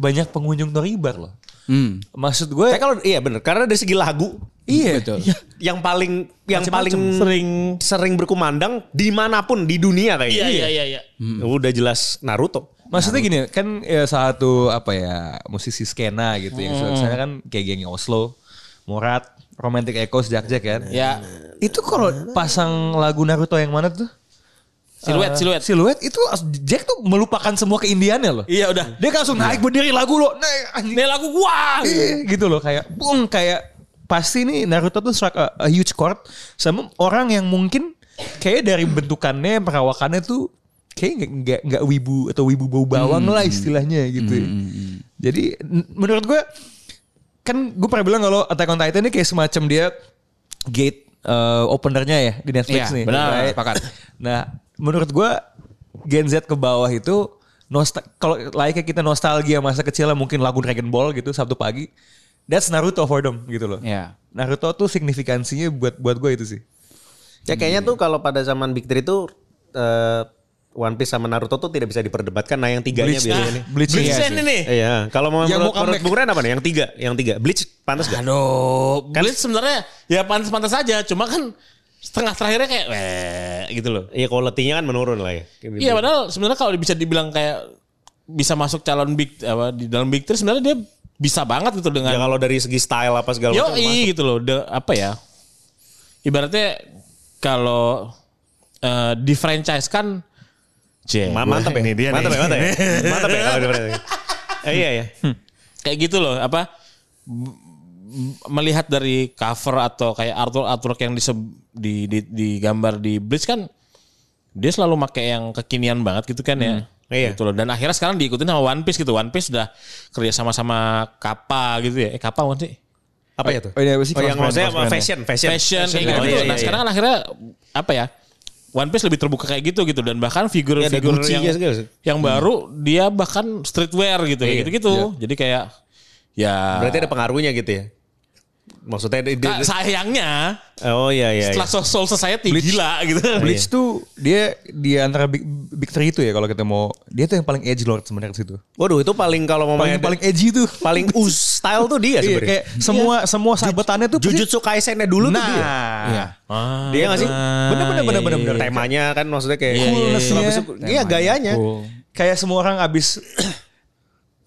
[SPEAKER 1] banyak pengunjung Toribar loh.
[SPEAKER 4] hmm.
[SPEAKER 1] Maksud gue,
[SPEAKER 3] Tapi kalau iya bener karena dari segi lagu
[SPEAKER 1] iya, Iya.
[SPEAKER 3] yang paling yang
[SPEAKER 2] Macem-macem.
[SPEAKER 3] paling
[SPEAKER 2] sering
[SPEAKER 3] sering berkumandang dimanapun di dunia kayaknya. Hmm.
[SPEAKER 2] Iya iya iya iya.
[SPEAKER 3] Udah jelas Naruto.
[SPEAKER 1] Maksudnya gini kan ya, salah satu apa ya musisi skena gitu yang
[SPEAKER 2] Hmm.
[SPEAKER 1] saya kan kayak geng Oslo, Morat, Romantic Echoes, Jack Jack kan.
[SPEAKER 2] Ya.
[SPEAKER 1] Itu kalau pasang lagu Naruto yang mana tuh?
[SPEAKER 2] Siluet
[SPEAKER 1] Eh,
[SPEAKER 2] siluet.
[SPEAKER 1] Siluet itu Jack tuh melupakan semua keindiannya loh.
[SPEAKER 2] Iya udah.
[SPEAKER 1] Dia langsung naik berdiri lagu loh. Naik, anjing.
[SPEAKER 2] Ini lagu gua.
[SPEAKER 1] Iya, gitu loh kayak boom kayak pasti nih Naruto tuh struck a, a huge chord sama orang yang mungkin kayak dari bentukannya perawakannya tuh kayak nggak- nggak nggak wibu atau wibu bau bawang lah istilahnya gitu. Jadi n- menurut gue kan gue pernah bilang kalau Attack on Titan ini kayak semacam dia gate eh, openernya ya di Netflix
[SPEAKER 4] Iya,
[SPEAKER 1] nih.
[SPEAKER 2] benar,
[SPEAKER 4] sepakat.
[SPEAKER 1] Nah, menurut gue Gen Z ke bawah itu nostal kalau layaknya kita nostalgia masa kecil lah, mungkin lagu Dragon Ball gitu Sabtu pagi. That's Naruto for them gitu loh.
[SPEAKER 4] Iya.
[SPEAKER 1] Naruto tuh signifikansinya buat buat gue itu sih.
[SPEAKER 3] Ya kayaknya tuh kalau pada zaman Big Three tuh eh, One Piece sama Naruto tuh tidak bisa diperdebatkan. Nah yang tiganya
[SPEAKER 1] Bleach.
[SPEAKER 3] biasanya
[SPEAKER 1] Ah.
[SPEAKER 3] nih.
[SPEAKER 1] Bleach
[SPEAKER 2] Bleach
[SPEAKER 1] iya
[SPEAKER 2] ini
[SPEAKER 1] sih.
[SPEAKER 2] nih.
[SPEAKER 3] Iya, kalau mau
[SPEAKER 1] Yang
[SPEAKER 2] Ya,
[SPEAKER 3] menurut,
[SPEAKER 1] mau
[SPEAKER 3] menurut
[SPEAKER 1] comeback.
[SPEAKER 3] Bung Ren apa nih? Yang tiga, yang tiga. Bleach pantas gak?
[SPEAKER 2] Aduh,
[SPEAKER 3] Kan
[SPEAKER 2] Bleach sebenarnya ya pantas-pantas saja, cuma kan setengah terakhirnya kayak weh gitu loh.
[SPEAKER 3] Iya quality-nya kan menurun lah ya.
[SPEAKER 2] Iya padahal sebenarnya kalau bisa dibilang kayak bisa masuk calon big apa di dalam big three sebenarnya dia bisa banget gitu
[SPEAKER 3] Ya
[SPEAKER 2] dengan
[SPEAKER 3] kalau dari segi style apa segala
[SPEAKER 2] yo
[SPEAKER 3] macam. masuk.
[SPEAKER 2] gitu loh De- apa ya ibaratnya kalau eh di franchise kan J
[SPEAKER 3] Ma- Mantap ya.
[SPEAKER 2] ini dia
[SPEAKER 3] mantap,
[SPEAKER 2] nih.
[SPEAKER 3] ya mantap ya. Mantap ya kalau di Eh, iya ya.
[SPEAKER 2] kayak gitu loh apa b- b- melihat dari cover atau kayak artwork artwork yang diseb- di, di digambar di Blitz kan dia selalu pakai yang kekinian banget gitu kan ya
[SPEAKER 3] Iya.
[SPEAKER 2] gitu loh dan akhirnya sekarang diikutin sama One Piece gitu One Piece udah kerja sama sama Kappa gitu ya eh Kappa bukan sih
[SPEAKER 3] Apa ya tuh?
[SPEAKER 1] Oh, iya, apa sih?
[SPEAKER 3] Oh, yang
[SPEAKER 1] Crossband,
[SPEAKER 3] maksudnya apa?
[SPEAKER 1] crossband.
[SPEAKER 3] fashion, fashion.
[SPEAKER 2] fashion, kayak gitu,
[SPEAKER 3] Oh, iya,
[SPEAKER 2] gitu. nah
[SPEAKER 3] iya,
[SPEAKER 2] sekarang kan akhirnya apa ya One Piece lebih terbuka kayak gitu gitu dan bahkan
[SPEAKER 3] Iya, ada
[SPEAKER 2] figur-figur
[SPEAKER 3] Gucci-nya
[SPEAKER 2] yang
[SPEAKER 3] segala.
[SPEAKER 2] yang baru dia bahkan streetwear gitu kayak
[SPEAKER 3] Iya,
[SPEAKER 2] gitu-gitu jadi kayak ya
[SPEAKER 3] Berarti ada pengaruhnya gitu ya. Maksudnya di- di-
[SPEAKER 2] Nah, sayangnya
[SPEAKER 3] Oh iya iya.
[SPEAKER 2] setelah
[SPEAKER 3] iya.
[SPEAKER 2] Soul Soul Society gila gitu.
[SPEAKER 1] Ya, Bleach tuh dia di antara big, big three itu ya kalau kita mau dia tuh yang paling edge lord sebenarnya di situ.
[SPEAKER 3] Waduh itu paling kalau mau
[SPEAKER 1] Paling
[SPEAKER 3] main
[SPEAKER 1] paling edgy tuh.
[SPEAKER 3] paling us style tuh dia
[SPEAKER 1] Iya,
[SPEAKER 3] sebenarnya.
[SPEAKER 1] kayak semua semua sabetannya tuh pasti-
[SPEAKER 3] Jujutsu Kaisennya dulu tuh
[SPEAKER 1] nah,
[SPEAKER 3] dia.
[SPEAKER 1] Iya.
[SPEAKER 2] Ah,
[SPEAKER 3] Dia nggak sih?
[SPEAKER 1] Bener bener bener bener bener.
[SPEAKER 3] Temanya kan maksudnya kayak
[SPEAKER 1] Coolness-nya.
[SPEAKER 3] Iya, gayanya.
[SPEAKER 1] Kayak semua orang abis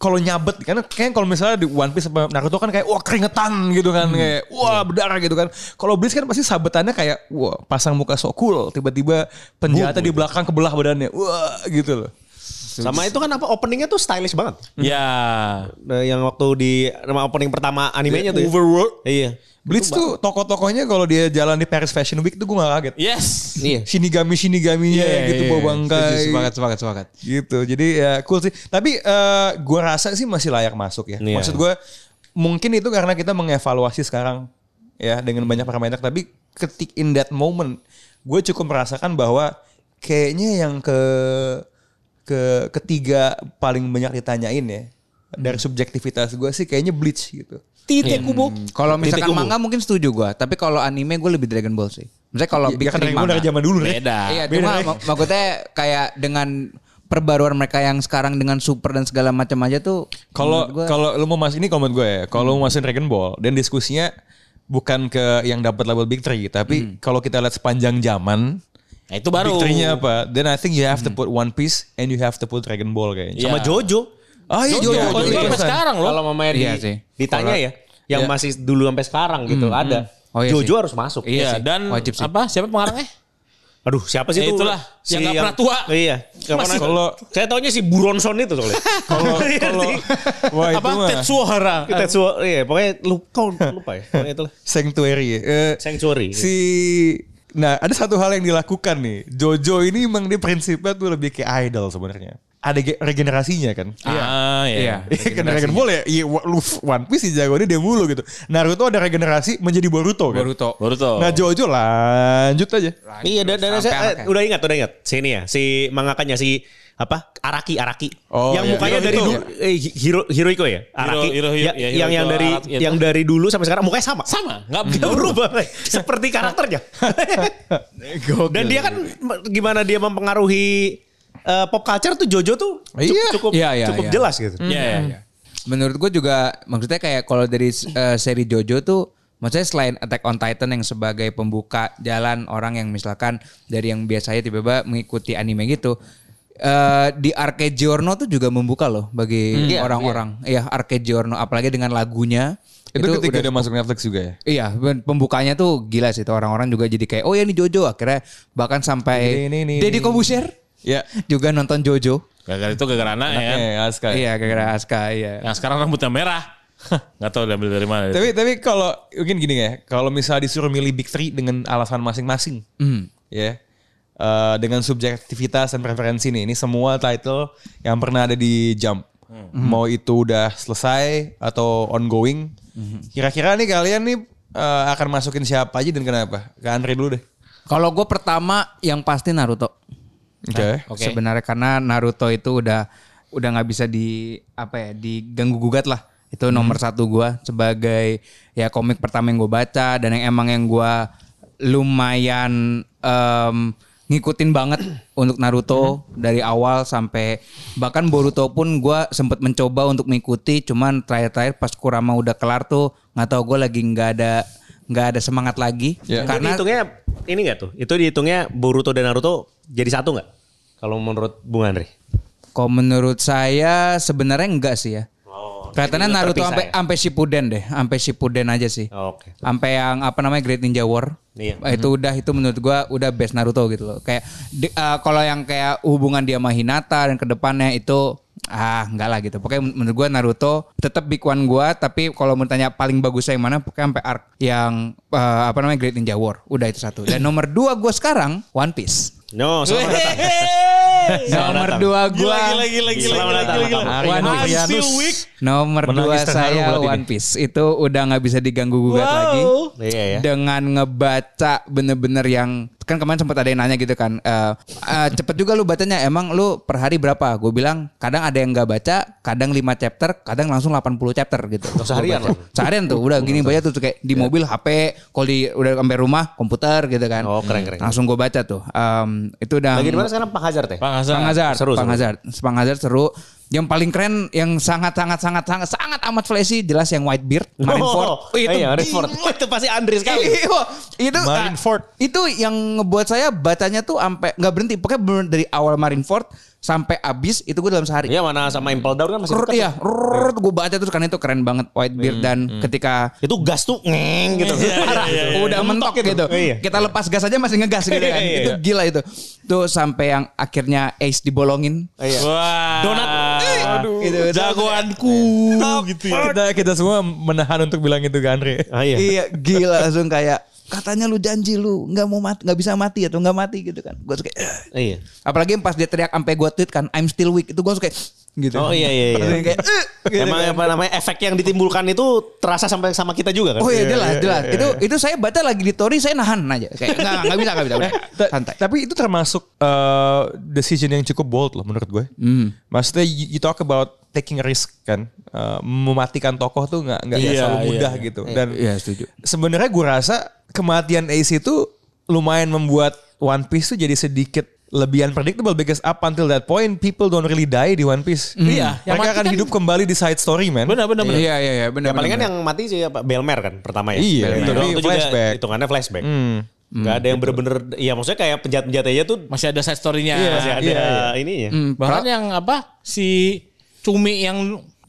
[SPEAKER 1] kalau nyabet kan kayak kalau misalnya di One Piece sama Naruto kan kayak wah keringetan gitu kan
[SPEAKER 2] Hmm.
[SPEAKER 1] kayak wah
[SPEAKER 2] Iya.
[SPEAKER 1] berdarah gitu kan. Kalau Bleach kan pasti sabetannya kayak wah pasang muka sok cool tiba-tiba penjahatnya
[SPEAKER 2] gitu.
[SPEAKER 1] di belakang kebelah badannya. Wah gitu loh.
[SPEAKER 3] Sama itu kan apa openingnya tuh stylish banget.
[SPEAKER 2] Ya.
[SPEAKER 3] Nah, yang waktu di nama opening pertama animenya tuh. ya.
[SPEAKER 1] Overworld.
[SPEAKER 3] Iya.
[SPEAKER 1] Bleach tuh tokoh-tokohnya kalau dia jalan di Paris Fashion Week tuh gue gak kaget.
[SPEAKER 2] Yes.
[SPEAKER 3] Iya.
[SPEAKER 1] Shinigami Shinigaminya
[SPEAKER 2] Iya,
[SPEAKER 1] gitu
[SPEAKER 2] iya,
[SPEAKER 1] bawa
[SPEAKER 2] iya.
[SPEAKER 1] bangkai.
[SPEAKER 2] Setuju, Semangat, semangat, semangat.
[SPEAKER 1] gitu. Jadi ya cool sih. Tapi eh, gua rasa sih masih layak masuk ya.
[SPEAKER 3] Iya.
[SPEAKER 1] Maksud gua mungkin itu karena kita mengevaluasi sekarang ya dengan banyak permainan tapi ketik in that moment gue cukup merasakan bahwa kayaknya yang ke ke ketiga paling banyak ditanyain ya dari subjektivitas gue sih kayaknya Bleach gitu.
[SPEAKER 3] Titik kubu.
[SPEAKER 4] Kalau
[SPEAKER 3] Titik
[SPEAKER 4] misalkan
[SPEAKER 3] kubu.
[SPEAKER 4] manga mungkin setuju gua, tapi kalau anime gue lebih Dragon Ball sih. Misalnya kalau
[SPEAKER 1] Ya
[SPEAKER 4] bikin
[SPEAKER 1] kan Dragon Ball
[SPEAKER 4] manga.
[SPEAKER 1] dari zaman dulu Rek.
[SPEAKER 2] Beda.
[SPEAKER 4] Iya,
[SPEAKER 1] Beda,
[SPEAKER 4] cuma
[SPEAKER 1] Rek.
[SPEAKER 4] mak- maksudnya kayak dengan perbaruan mereka yang sekarang dengan super dan segala macam aja tuh
[SPEAKER 1] Kalau
[SPEAKER 4] menurut gua-
[SPEAKER 1] kalau lu mau masuk ini komen gue ya. Kalau mau masukin Dragon Ball dan diskusinya bukan ke yang dapat label Big Three, tapi kalau kita lihat sepanjang zaman
[SPEAKER 2] Nah, itu baru.
[SPEAKER 1] Big Three-nya apa? Then I think you have to put One Piece and you have to put Dragon Ball kayaknya.
[SPEAKER 3] Sama
[SPEAKER 2] Iya.
[SPEAKER 3] Jojo.
[SPEAKER 1] Ah iya
[SPEAKER 2] Jojo,
[SPEAKER 1] Jojo,
[SPEAKER 2] Jojo,
[SPEAKER 1] Jojo, Jojo.
[SPEAKER 2] sampai sekarang loh.
[SPEAKER 3] Kalau mamanya di,
[SPEAKER 4] Iya sih.
[SPEAKER 3] ditanya ya, yang
[SPEAKER 1] Iya.
[SPEAKER 3] masih dulu sampai sekarang gitu ada.
[SPEAKER 4] Oh, iya
[SPEAKER 3] Jojo
[SPEAKER 4] sih.
[SPEAKER 3] harus masuk.
[SPEAKER 2] Iya,
[SPEAKER 4] sih.
[SPEAKER 2] dan
[SPEAKER 4] Wajib sih.
[SPEAKER 2] apa? Siapa pengarangnya?
[SPEAKER 3] Aduh, siapa sih
[SPEAKER 2] Ya
[SPEAKER 3] itu?
[SPEAKER 2] itulah, yang nggak pernah tua.
[SPEAKER 3] Iya. Yang
[SPEAKER 1] Masih-
[SPEAKER 3] pernah-
[SPEAKER 1] Kalau-
[SPEAKER 3] saya taunya si Buronson itu soalnya. Iya
[SPEAKER 1] Kalau kalau wah itu
[SPEAKER 2] apa?
[SPEAKER 1] mah
[SPEAKER 2] Tetsuo Hara.
[SPEAKER 3] Kita tua, iya, pokoknya lupa, lupa ya. Pokoknya itulah.
[SPEAKER 1] Sanctuary. ya. Eh,
[SPEAKER 3] Sanctuary.
[SPEAKER 1] si Nah, ada satu hal yang dilakukan nih. Jojo ini emang dia prinsipnya tuh lebih kayak idol sebenarnya. Ada ge- regenerasinya kan.
[SPEAKER 2] Ah, iya.
[SPEAKER 4] Iya.
[SPEAKER 1] Iya kan Dragon Ball ya, iya wa- lu One Piece sih jagoannya dia mulu gitu. Naruto ada regenerasi menjadi Boruto kan.
[SPEAKER 4] Boruto.
[SPEAKER 2] Baru tuh.
[SPEAKER 1] Nah Jojo lanjut aja.
[SPEAKER 3] Iya, dan, dan
[SPEAKER 4] Sampai
[SPEAKER 3] saya, eh,
[SPEAKER 4] anaknya.
[SPEAKER 3] udah ingat, udah ingat. Si ini ya, si mangakanya si apa? Araki, Araki.
[SPEAKER 1] Oh,
[SPEAKER 3] yang
[SPEAKER 1] iya.
[SPEAKER 3] mukanya dari
[SPEAKER 1] Hirohito.
[SPEAKER 3] dulu eh, Hiro, Hiroiko ya? Araki.
[SPEAKER 2] Hiro- Hiro-
[SPEAKER 3] Ya,
[SPEAKER 2] ya,
[SPEAKER 3] yang yang
[SPEAKER 2] Hirohito,
[SPEAKER 3] dari
[SPEAKER 2] Araki itu.
[SPEAKER 3] yang dari dulu sampai sekarang mukanya sama.
[SPEAKER 2] sama, nggak
[SPEAKER 1] Hmm.
[SPEAKER 3] Dia
[SPEAKER 2] berubah.
[SPEAKER 3] berubah Pak. seperti karakternya. Dan dia kan gimana dia mempengaruhi eh, pop culture tuh Jojo tuh cukup
[SPEAKER 1] Iya.
[SPEAKER 3] cukup,
[SPEAKER 4] Iya, iya,
[SPEAKER 3] cukup
[SPEAKER 4] iya.
[SPEAKER 3] jelas gitu.
[SPEAKER 1] Hmm.
[SPEAKER 2] Iya, iya, iya.
[SPEAKER 4] menurut gue juga maksudnya kayak kalau dari eh, seri Jojo tuh maksudnya selain Attack on Titan yang sebagai pembuka jalan orang yang misalkan dari yang biasanya tiba-tiba mengikuti anime gitu eh, di Arke Giorno tuh juga membuka loh bagi
[SPEAKER 1] Hmm. Iya,
[SPEAKER 4] orang-orang ya Arke Giorno apalagi dengan lagunya
[SPEAKER 1] Itu, ketika
[SPEAKER 4] udah-
[SPEAKER 1] dia masuk Netflix juga ya.
[SPEAKER 4] Iya, ben- pembukanya tuh gila sih tuh orang-orang juga jadi kayak oh ya ini Jojo akhirnya bahkan sampai
[SPEAKER 1] Ini, ini, ini,
[SPEAKER 4] Deddy
[SPEAKER 1] ini.
[SPEAKER 4] Corbuzier
[SPEAKER 1] Iya.
[SPEAKER 4] juga nonton Jojo.
[SPEAKER 2] Gara-gara itu gara-gara anak ya. kan?
[SPEAKER 1] Eh, Aska.
[SPEAKER 4] Iya, gara-gara Aska iya.
[SPEAKER 2] Yang sekarang rambutnya merah. Nggak tahu diambil dari mana.
[SPEAKER 1] Tapi tapi kalau mungkin gini ya, kalau misalnya disuruh milih Big Three dengan alasan masing-masing, ya. Eh, dengan subjektivitas dan preferensi nih, ini semua title yang pernah ada di Jump. Mau itu udah selesai atau ongoing. Kira-kira nih kalian nih eh, akan masukin siapa aja dan kenapa? Ke Andre dulu deh.
[SPEAKER 4] Kalau gue pertama yang pasti Naruto.
[SPEAKER 1] Oke.
[SPEAKER 2] Nah, Oke.
[SPEAKER 4] Sebenarnya karena Naruto itu udah udah nggak bisa di apa ya diganggu gugat lah. Itu nomor satu gua sebagai ya komik pertama yang gue baca dan yang emang yang gua lumayan em, ngikutin banget untuk Naruto dari awal sampai bahkan Boruto pun gua sempet mencoba untuk mengikuti cuman terakhir-terakhir pas Kurama udah kelar tuh nggak tahu gue lagi nggak ada nggak ada semangat lagi
[SPEAKER 1] Ya.
[SPEAKER 3] Itu
[SPEAKER 4] karena
[SPEAKER 3] dihitungnya ini enggak tuh? Itu dihitungnya Boruto dan Naruto jadi satu enggak? Kalau menurut Bung Andre.
[SPEAKER 4] Kalau menurut saya sebenarnya enggak sih ya. Kelihatannya
[SPEAKER 3] Oh, jadi
[SPEAKER 4] Naruto
[SPEAKER 3] terpisah
[SPEAKER 4] sampai
[SPEAKER 3] ya?
[SPEAKER 4] sampai Shippuden deh, sampai Shippuden aja sih.
[SPEAKER 3] Oke.
[SPEAKER 4] Sampai yang apa namanya Great Ninja War.
[SPEAKER 3] Iya.
[SPEAKER 4] Eh, Itu udah itu menurut gua udah best Naruto gitu loh. Kayak di- eh, kalau yang kayak hubungan dia sama Hinata dan kedepannya itu ah enggak lah gitu. Pokoknya men- menurut gua Naruto tetap big one gua tapi kalau mau tanya paling bagusnya yang mana pokoknya sampai arc yang eh, apa namanya Great Ninja War. Udah itu satu. Dan nomor dua gua sekarang One Piece.
[SPEAKER 3] No, selamat datang.
[SPEAKER 4] nomor
[SPEAKER 3] datang.
[SPEAKER 4] dua gua
[SPEAKER 2] Gila, gila, gila,
[SPEAKER 3] Selamat
[SPEAKER 2] gila,
[SPEAKER 3] datang,
[SPEAKER 2] gila, gila.
[SPEAKER 1] Ari
[SPEAKER 2] I'm
[SPEAKER 1] Novrianus.
[SPEAKER 2] still weak.
[SPEAKER 4] Nomor dua
[SPEAKER 1] Menangis terharu
[SPEAKER 4] saya
[SPEAKER 1] berarti
[SPEAKER 4] One Piece itu udah nggak bisa diganggu gugat lagi
[SPEAKER 3] Iya ya.
[SPEAKER 4] dengan ngebaca bener-bener yang kan kemarin sempat ada yang nanya gitu kan eh, eh, cepet juga lu bacanya emang lu per hari berapa? Gue bilang kadang ada yang nggak baca, kadang 5 chapter, kadang langsung 80 chapter gitu.
[SPEAKER 3] Oh, seharian
[SPEAKER 4] Gua baca. Seharian tuh udah gini baca tuh kayak
[SPEAKER 3] Iya.
[SPEAKER 4] di mobil HP, kalau di udah sampai rumah komputer gitu kan.
[SPEAKER 3] Oh, keren, keren.
[SPEAKER 4] Langsung gue baca tuh. Em, itu udah
[SPEAKER 3] Lagi di mana sekarang Pak Hazard ya?
[SPEAKER 2] Pak Hasan.
[SPEAKER 4] Pang Hazard,
[SPEAKER 3] Seru,
[SPEAKER 4] Pang
[SPEAKER 3] seru.
[SPEAKER 4] Hazard, Pang Hazard seru. Yang paling keren, yang sangat sangat sangat sangat sangat amat flashy jelas yang Whitebeard, Marineford.
[SPEAKER 3] Oh,
[SPEAKER 4] itu
[SPEAKER 3] iya, Marineford.
[SPEAKER 4] gila.
[SPEAKER 3] Itu pasti Andre sekali.
[SPEAKER 4] Iya, itu
[SPEAKER 1] Marineford.
[SPEAKER 4] Itu yang ngebuat saya bacanya tuh sampai nggak berhenti. Pokoknya bener dari awal Marineford sampai habis itu gue dalam sehari.
[SPEAKER 3] Iya mana sama Impel Down kan masih Hmm,
[SPEAKER 4] Rrrr,
[SPEAKER 3] dekat.
[SPEAKER 4] iya, rrrr, gue baca terus karena itu keren banget White Beard dan ketika
[SPEAKER 3] Itu gas tuh ngeng gitu.
[SPEAKER 4] parah udah iya, mentok gitu.
[SPEAKER 3] Iya.
[SPEAKER 4] Kita lepas gas aja masih ngegas gitu kan.
[SPEAKER 3] Iya, iya,
[SPEAKER 4] Itu
[SPEAKER 3] iya.
[SPEAKER 4] gila itu. Tuh sampai yang akhirnya Ace dibolongin.
[SPEAKER 3] Iya.
[SPEAKER 2] Wah. Donat. Aduh.
[SPEAKER 4] Gitu.
[SPEAKER 2] Jagoanku gitu ya.
[SPEAKER 1] Kita kita semua menahan untuk bilang itu ke Andre.
[SPEAKER 3] Ah, iya.
[SPEAKER 4] Iya, gila langsung kayak katanya lu janji lu nggak mau mati, nggak bisa mati atau nggak mati gitu kan. Gue suka "Eh."
[SPEAKER 3] Iya.
[SPEAKER 4] apalagi pas dia teriak sampai gue tweet kan I'm still weak itu gue suka "Eh," gitu.
[SPEAKER 3] Oh iya iya iya.
[SPEAKER 4] Langsung kayak, "Eh," gitu
[SPEAKER 3] Emang
[SPEAKER 4] kan.
[SPEAKER 3] apa namanya efek yang ditimbulkan itu terasa sampai sama kita juga kan?
[SPEAKER 4] Oh iya jelas jelas itu itu saya baca lagi di Tori saya nahan aja kayak nggak nggak bisa nggak bisa udah
[SPEAKER 1] Ta-
[SPEAKER 4] santai.
[SPEAKER 1] Tapi itu termasuk eh, decision yang cukup bold loh menurut gue.
[SPEAKER 2] Hmm.
[SPEAKER 4] Hmm.
[SPEAKER 1] Maksudnya you, you talk about taking risk kan, Eh, mematikan tokoh tuh nggak nggak
[SPEAKER 2] Iya,
[SPEAKER 1] selalu
[SPEAKER 2] iya,
[SPEAKER 1] mudah
[SPEAKER 2] iya.
[SPEAKER 1] gitu. Dan
[SPEAKER 4] Iya setuju.
[SPEAKER 1] sebenarnya gue rasa kematian Ace itu lumayan membuat One Piece tuh jadi sedikit lebih unpredictable because up until that point people don't really die di One Piece.
[SPEAKER 2] Iya, yang
[SPEAKER 1] Mereka
[SPEAKER 2] mati
[SPEAKER 1] akan
[SPEAKER 2] kan-
[SPEAKER 1] hidup kembali di side story man.
[SPEAKER 2] Benar benar benar.
[SPEAKER 4] Iya iya iya
[SPEAKER 3] Ya,
[SPEAKER 4] benar.
[SPEAKER 3] palingan
[SPEAKER 4] benar.
[SPEAKER 3] yang mati sih apa Belmer kan pertama ya.
[SPEAKER 1] Iya,
[SPEAKER 3] Belmer.
[SPEAKER 1] itu
[SPEAKER 3] Itu,
[SPEAKER 1] dia
[SPEAKER 3] itu juga
[SPEAKER 1] flashback.
[SPEAKER 3] hitungannya flashback. Gak ada yang bener-bener, iya maksudnya kayak penjahat-penjahatnya tuh
[SPEAKER 2] Masih ada side story-nya.
[SPEAKER 3] masih ada
[SPEAKER 1] iya,
[SPEAKER 3] ininya.
[SPEAKER 4] Hmm.
[SPEAKER 2] Bahkan yang apa si cumi yang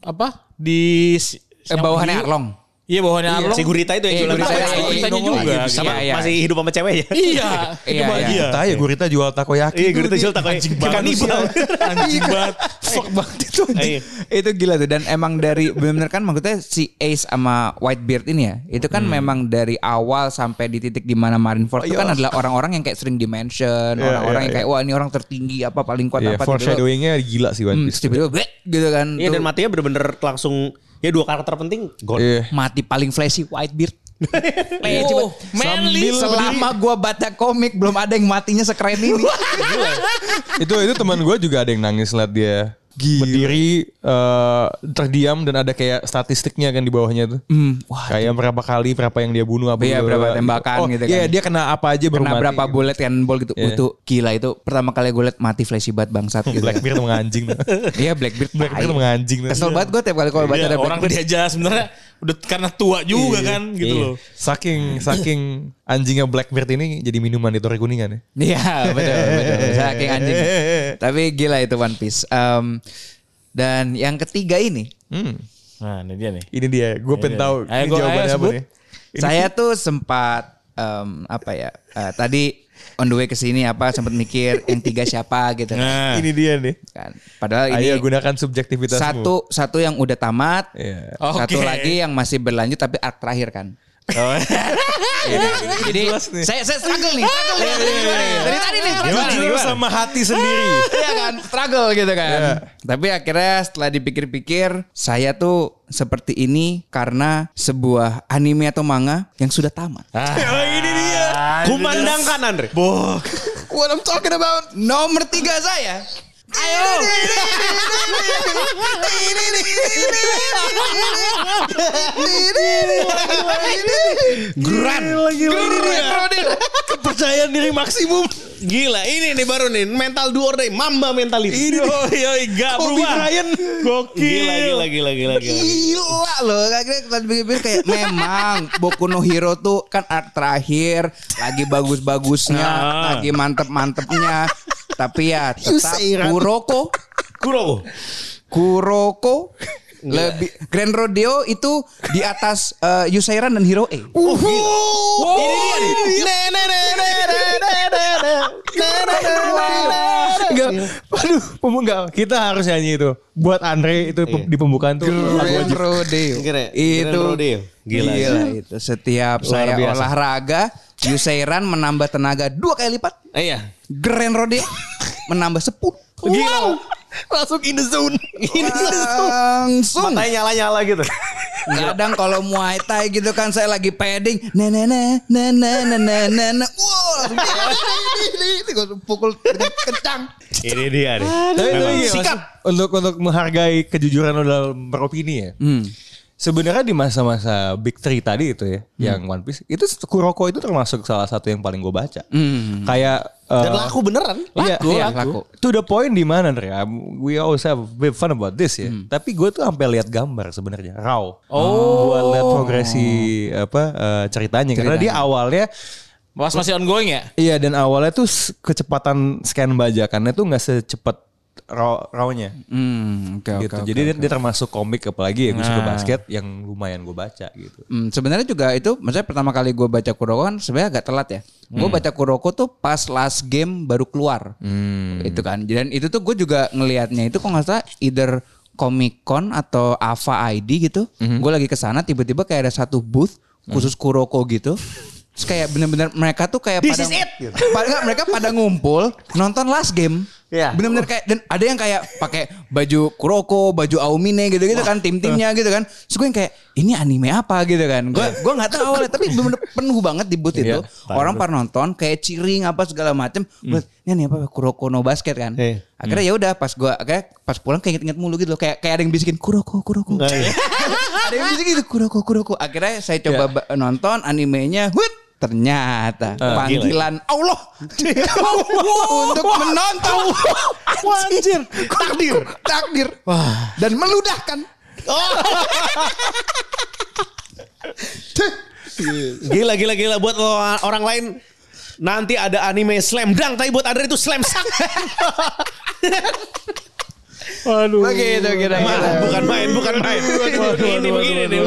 [SPEAKER 2] apa di
[SPEAKER 4] Eh,
[SPEAKER 2] yang
[SPEAKER 4] bawahannya
[SPEAKER 2] hiu-
[SPEAKER 4] Arlong.
[SPEAKER 2] Iya bawahannya Arlong.
[SPEAKER 3] Si Gurita itu yang
[SPEAKER 4] Iya,
[SPEAKER 3] jualan
[SPEAKER 4] Gurita
[SPEAKER 3] takoyaki.
[SPEAKER 4] yang-
[SPEAKER 2] Guritanya
[SPEAKER 4] Iya,
[SPEAKER 2] juga.
[SPEAKER 4] iya,
[SPEAKER 3] Sama
[SPEAKER 4] iya.
[SPEAKER 3] masih hidup sama cewek ya.
[SPEAKER 2] Iya, itu
[SPEAKER 4] Iya, iya.
[SPEAKER 2] bahagia.
[SPEAKER 1] Kita ya Gurita jual takoyaki.
[SPEAKER 3] Iya,
[SPEAKER 1] tuh,
[SPEAKER 3] Gurita
[SPEAKER 1] dia
[SPEAKER 3] jual takoyaki.
[SPEAKER 1] Anjing
[SPEAKER 3] Kayak
[SPEAKER 1] banget.
[SPEAKER 3] kanibal.
[SPEAKER 1] Anjing banget.
[SPEAKER 4] Fuck Iya. banget itu.
[SPEAKER 3] Iya.
[SPEAKER 4] itu gila tuh dan emang dari benar-benar kan maksudnya si Ace sama Whitebeard ini ya itu
[SPEAKER 1] Hmm.
[SPEAKER 4] kan memang dari awal sampai di titik di mana Marineford
[SPEAKER 1] Iya.
[SPEAKER 4] itu kan adalah orang-orang yang kayak sering dimension orang-orang yang kayak wah ini orang tertinggi apa paling kuat
[SPEAKER 1] Iya,
[SPEAKER 4] apa tiba-tiba-
[SPEAKER 1] foreshadowingnya gila sih One
[SPEAKER 4] Hmm,
[SPEAKER 1] Piece.
[SPEAKER 4] tiba-tiba blek, gitu kan
[SPEAKER 3] Iya dan
[SPEAKER 4] Tuh,
[SPEAKER 3] matinya bener-bener langsung, ya dua karakter penting gone.
[SPEAKER 1] Iya.
[SPEAKER 4] mati paling flashy Whitebeard Eh,
[SPEAKER 2] Wow,
[SPEAKER 1] Oh,
[SPEAKER 4] coba-
[SPEAKER 2] Oh, manly.
[SPEAKER 4] sambil- selama gua baca komik belum ada yang matinya sekeren ini
[SPEAKER 1] itu itu teman gue juga ada yang nangis liat dia berdiri eh, terdiam dan ada kayak statistiknya kan di bawahnya tuh. kayak berapa kali berapa yang dia bunuh apa
[SPEAKER 4] Hmm,
[SPEAKER 1] bla-
[SPEAKER 4] Iya,
[SPEAKER 1] bla-
[SPEAKER 4] berapa
[SPEAKER 1] bla.
[SPEAKER 4] tembakan
[SPEAKER 1] Oh,
[SPEAKER 4] gitu
[SPEAKER 1] Iya,
[SPEAKER 4] kan.
[SPEAKER 1] dia kena apa aja baru
[SPEAKER 4] kena
[SPEAKER 1] mati.
[SPEAKER 4] berapa bullet cannonball gitu.
[SPEAKER 1] Iya.
[SPEAKER 4] Itu gila itu. Pertama kali gue liat mati flashy bat bangsat gitu.
[SPEAKER 1] Blackbeard emang anjing.
[SPEAKER 4] Iya Blackbeard.
[SPEAKER 1] Blackbeard
[SPEAKER 4] tai.
[SPEAKER 1] emang anjing.
[SPEAKER 4] Kesel banget gue tiap kali kalau baca
[SPEAKER 2] Iya,
[SPEAKER 4] ada
[SPEAKER 2] orang tadi
[SPEAKER 4] Blackbeard.
[SPEAKER 2] aja sebenarnya udah karena tua juga kan gitu
[SPEAKER 1] Iya.
[SPEAKER 2] loh.
[SPEAKER 1] Saking saking anjingnya Blackbeard ini jadi minuman di Torre Kuningan ya.
[SPEAKER 4] Iya betul betul. Saking anjing. Tapi gila itu One Piece. Em, dan yang ketiga ini.
[SPEAKER 1] Hmm.
[SPEAKER 2] Nah, ini dia nih.
[SPEAKER 1] Ini dia,
[SPEAKER 4] Iya,
[SPEAKER 1] gue pengen
[SPEAKER 2] dia.
[SPEAKER 1] tahu
[SPEAKER 4] Eh,
[SPEAKER 2] Ayo,
[SPEAKER 1] ini
[SPEAKER 2] gua-
[SPEAKER 1] jawabannya
[SPEAKER 2] ayo
[SPEAKER 1] apa
[SPEAKER 2] sebut.
[SPEAKER 1] nih.
[SPEAKER 4] Saya tuh sempat em, apa ya. eh, tadi on the way ke sini apa sempat mikir yang tiga siapa gitu.
[SPEAKER 2] Nah,
[SPEAKER 1] Ini dia nih.
[SPEAKER 4] Kan. Padahal ini
[SPEAKER 1] Ayo gunakan subjektivitasmu.
[SPEAKER 4] satu satu yang udah tamat.
[SPEAKER 1] Iya.
[SPEAKER 2] Oke.
[SPEAKER 4] Satu lagi yang masih berlanjut tapi arc terakhir kan. Iya Jadi saya saya struggle nih, struggle nih. Dari tadi nih struggle.
[SPEAKER 1] Jujur sama hati sendiri.
[SPEAKER 4] Iya kan, struggle gitu kan.
[SPEAKER 1] Iya.
[SPEAKER 4] Tapi akhirnya setelah dipikir-pikir, saya tuh seperti ini karena sebuah anime atau manga yang sudah tamat.
[SPEAKER 2] ini dia.
[SPEAKER 3] Kumandangkan Andre.
[SPEAKER 2] Boh.
[SPEAKER 4] What I'm talking about, nomor tiga saya. Ayo.
[SPEAKER 2] Geran. Kepercayaan diri maksimum.
[SPEAKER 3] Gila ini nih baru nih mental duor day mamba mentality.
[SPEAKER 2] Ini yoi gak
[SPEAKER 1] Kobe
[SPEAKER 2] berubah.
[SPEAKER 1] Bryant.
[SPEAKER 2] Gokil.
[SPEAKER 3] Gila gila gila gila gila.
[SPEAKER 4] Gila loh Akhirnya kita pikir kayak Memang Boku no Hero tuh Kan arc terakhir Lagi bagus-bagusnya
[SPEAKER 2] Ah.
[SPEAKER 4] Lagi mantep-mantepnya Tapi ya Tetap Kuroko
[SPEAKER 3] Kuroko.
[SPEAKER 4] Kuroko lebih Grand Rodeo itu di atas eh, Yusairan dan Oh, Hiroe. gitu.
[SPEAKER 1] Enggak.
[SPEAKER 3] Iya.
[SPEAKER 1] Aduh, pemu- enggak. Kita harus nyanyi itu. Buat Andre itu pem- di pembukaan tuh.
[SPEAKER 4] Grand Rodeo.
[SPEAKER 3] Keren,
[SPEAKER 4] Iya, Itu
[SPEAKER 3] Grand Rodeo.
[SPEAKER 4] Gila,
[SPEAKER 3] Gila.
[SPEAKER 4] itu setiap saya
[SPEAKER 3] biasa.
[SPEAKER 4] olahraga Yusairan menambah tenaga dua kali lipat.
[SPEAKER 3] Iya.
[SPEAKER 4] Grand Rodeo menambah 10.
[SPEAKER 3] Gila. Langsung in the zone. In the zone.
[SPEAKER 4] Langsung.
[SPEAKER 3] Matanya nyala-nyala gitu.
[SPEAKER 4] Kadang kalau Muay Thai gitu kan saya lagi padding. Ne ne ne ne ne ne ne ne ne. Wow, langsung ini, ini, ini, gua pukul dengan kencang.
[SPEAKER 3] Ini dia nih.
[SPEAKER 1] Tapi itu iya,
[SPEAKER 4] Sikat.
[SPEAKER 1] maksud- untuk untuk menghargai kejujuran lo dalam beropini ya.
[SPEAKER 3] Hmm.
[SPEAKER 1] Sebenarnya di masa-masa Big Three tadi itu ya, yang One Piece itu Kuroko itu termasuk salah satu yang paling gue baca.
[SPEAKER 4] Hmm,
[SPEAKER 1] Kayak
[SPEAKER 3] Dan
[SPEAKER 1] eh,
[SPEAKER 3] laku beneran.
[SPEAKER 4] Laku,
[SPEAKER 1] Iya, iya,
[SPEAKER 4] laku.
[SPEAKER 1] To the point di mana Andre? I'm- We always have a bit fun about this ya. Tapi gue tuh sampai lihat gambar sebenarnya raw. Oh. Buat lihat progresi apa eh, ceritanya. Karena dia awalnya
[SPEAKER 2] Mas masih ongoing ya?
[SPEAKER 1] iya dan awalnya tuh s- kecepatan scan bajakannya tuh nggak secepat raw rawnya
[SPEAKER 4] Hmm, oke oke.
[SPEAKER 1] gitu.
[SPEAKER 4] oke.
[SPEAKER 1] Jadi dia, dia termasuk komik apalagi ya gue suka basket yang lumayan gue baca gitu.
[SPEAKER 4] Hmm, sebenarnya juga itu maksudnya pertama kali gue baca Kuroko kan sebenarnya agak telat ya. Gue
[SPEAKER 3] Hmm.
[SPEAKER 4] baca Kuroko tuh pas last game baru keluar.
[SPEAKER 3] Hmm.
[SPEAKER 4] Itu kan. Dan itu tuh gue juga ngelihatnya itu kok nggak salah either Comic Con atau Ava ID gitu.
[SPEAKER 3] Hmm.
[SPEAKER 4] Gue lagi ke sana tiba-tiba kayak ada satu booth khusus Kuroko gitu. Terus kayak bener-bener mereka tuh kayak
[SPEAKER 3] This
[SPEAKER 4] pada
[SPEAKER 3] is it, gitu.
[SPEAKER 4] Pada- nggak, mereka pada ngumpul nonton last game.
[SPEAKER 3] Iya.
[SPEAKER 4] Bener-bener kayak dan ada yang kayak pakai baju Kuroko, baju Aomine gitu-gitu kan tim-timnya gitu kan. Terus gue yang kayak ini anime apa gitu kan. Gue
[SPEAKER 3] Iya.
[SPEAKER 4] gua nggak tahu awalnya tapi bener-bener penuh banget di booth itu. Orang par nonton kayak ciring apa segala macem. Gue ini apa Kuroko no basket kan.
[SPEAKER 3] Hmm. Iya.
[SPEAKER 4] Akhirnya ya udah pas gue akhirnya pas pulang kayak inget-inget mulu gitu loh kayak kayak ada yang bisikin Kuroko Kuroko.
[SPEAKER 3] Nggak, iya.
[SPEAKER 4] ada yang bisikin gitu Kuroko Kuroko. Akhirnya saya coba ba- nonton animenya. Wut! Ternyata
[SPEAKER 3] Ah,
[SPEAKER 4] panggilan Allah untuk menonton anjir takdir takdir dan meludahkan.
[SPEAKER 3] Gila gila gila buat lo- orang lain nanti ada anime slam dunk tapi buat Andre itu slam sak. Aduh.
[SPEAKER 4] Begitu kira-kira.
[SPEAKER 3] bukan main, bukan main. Ini begini nih.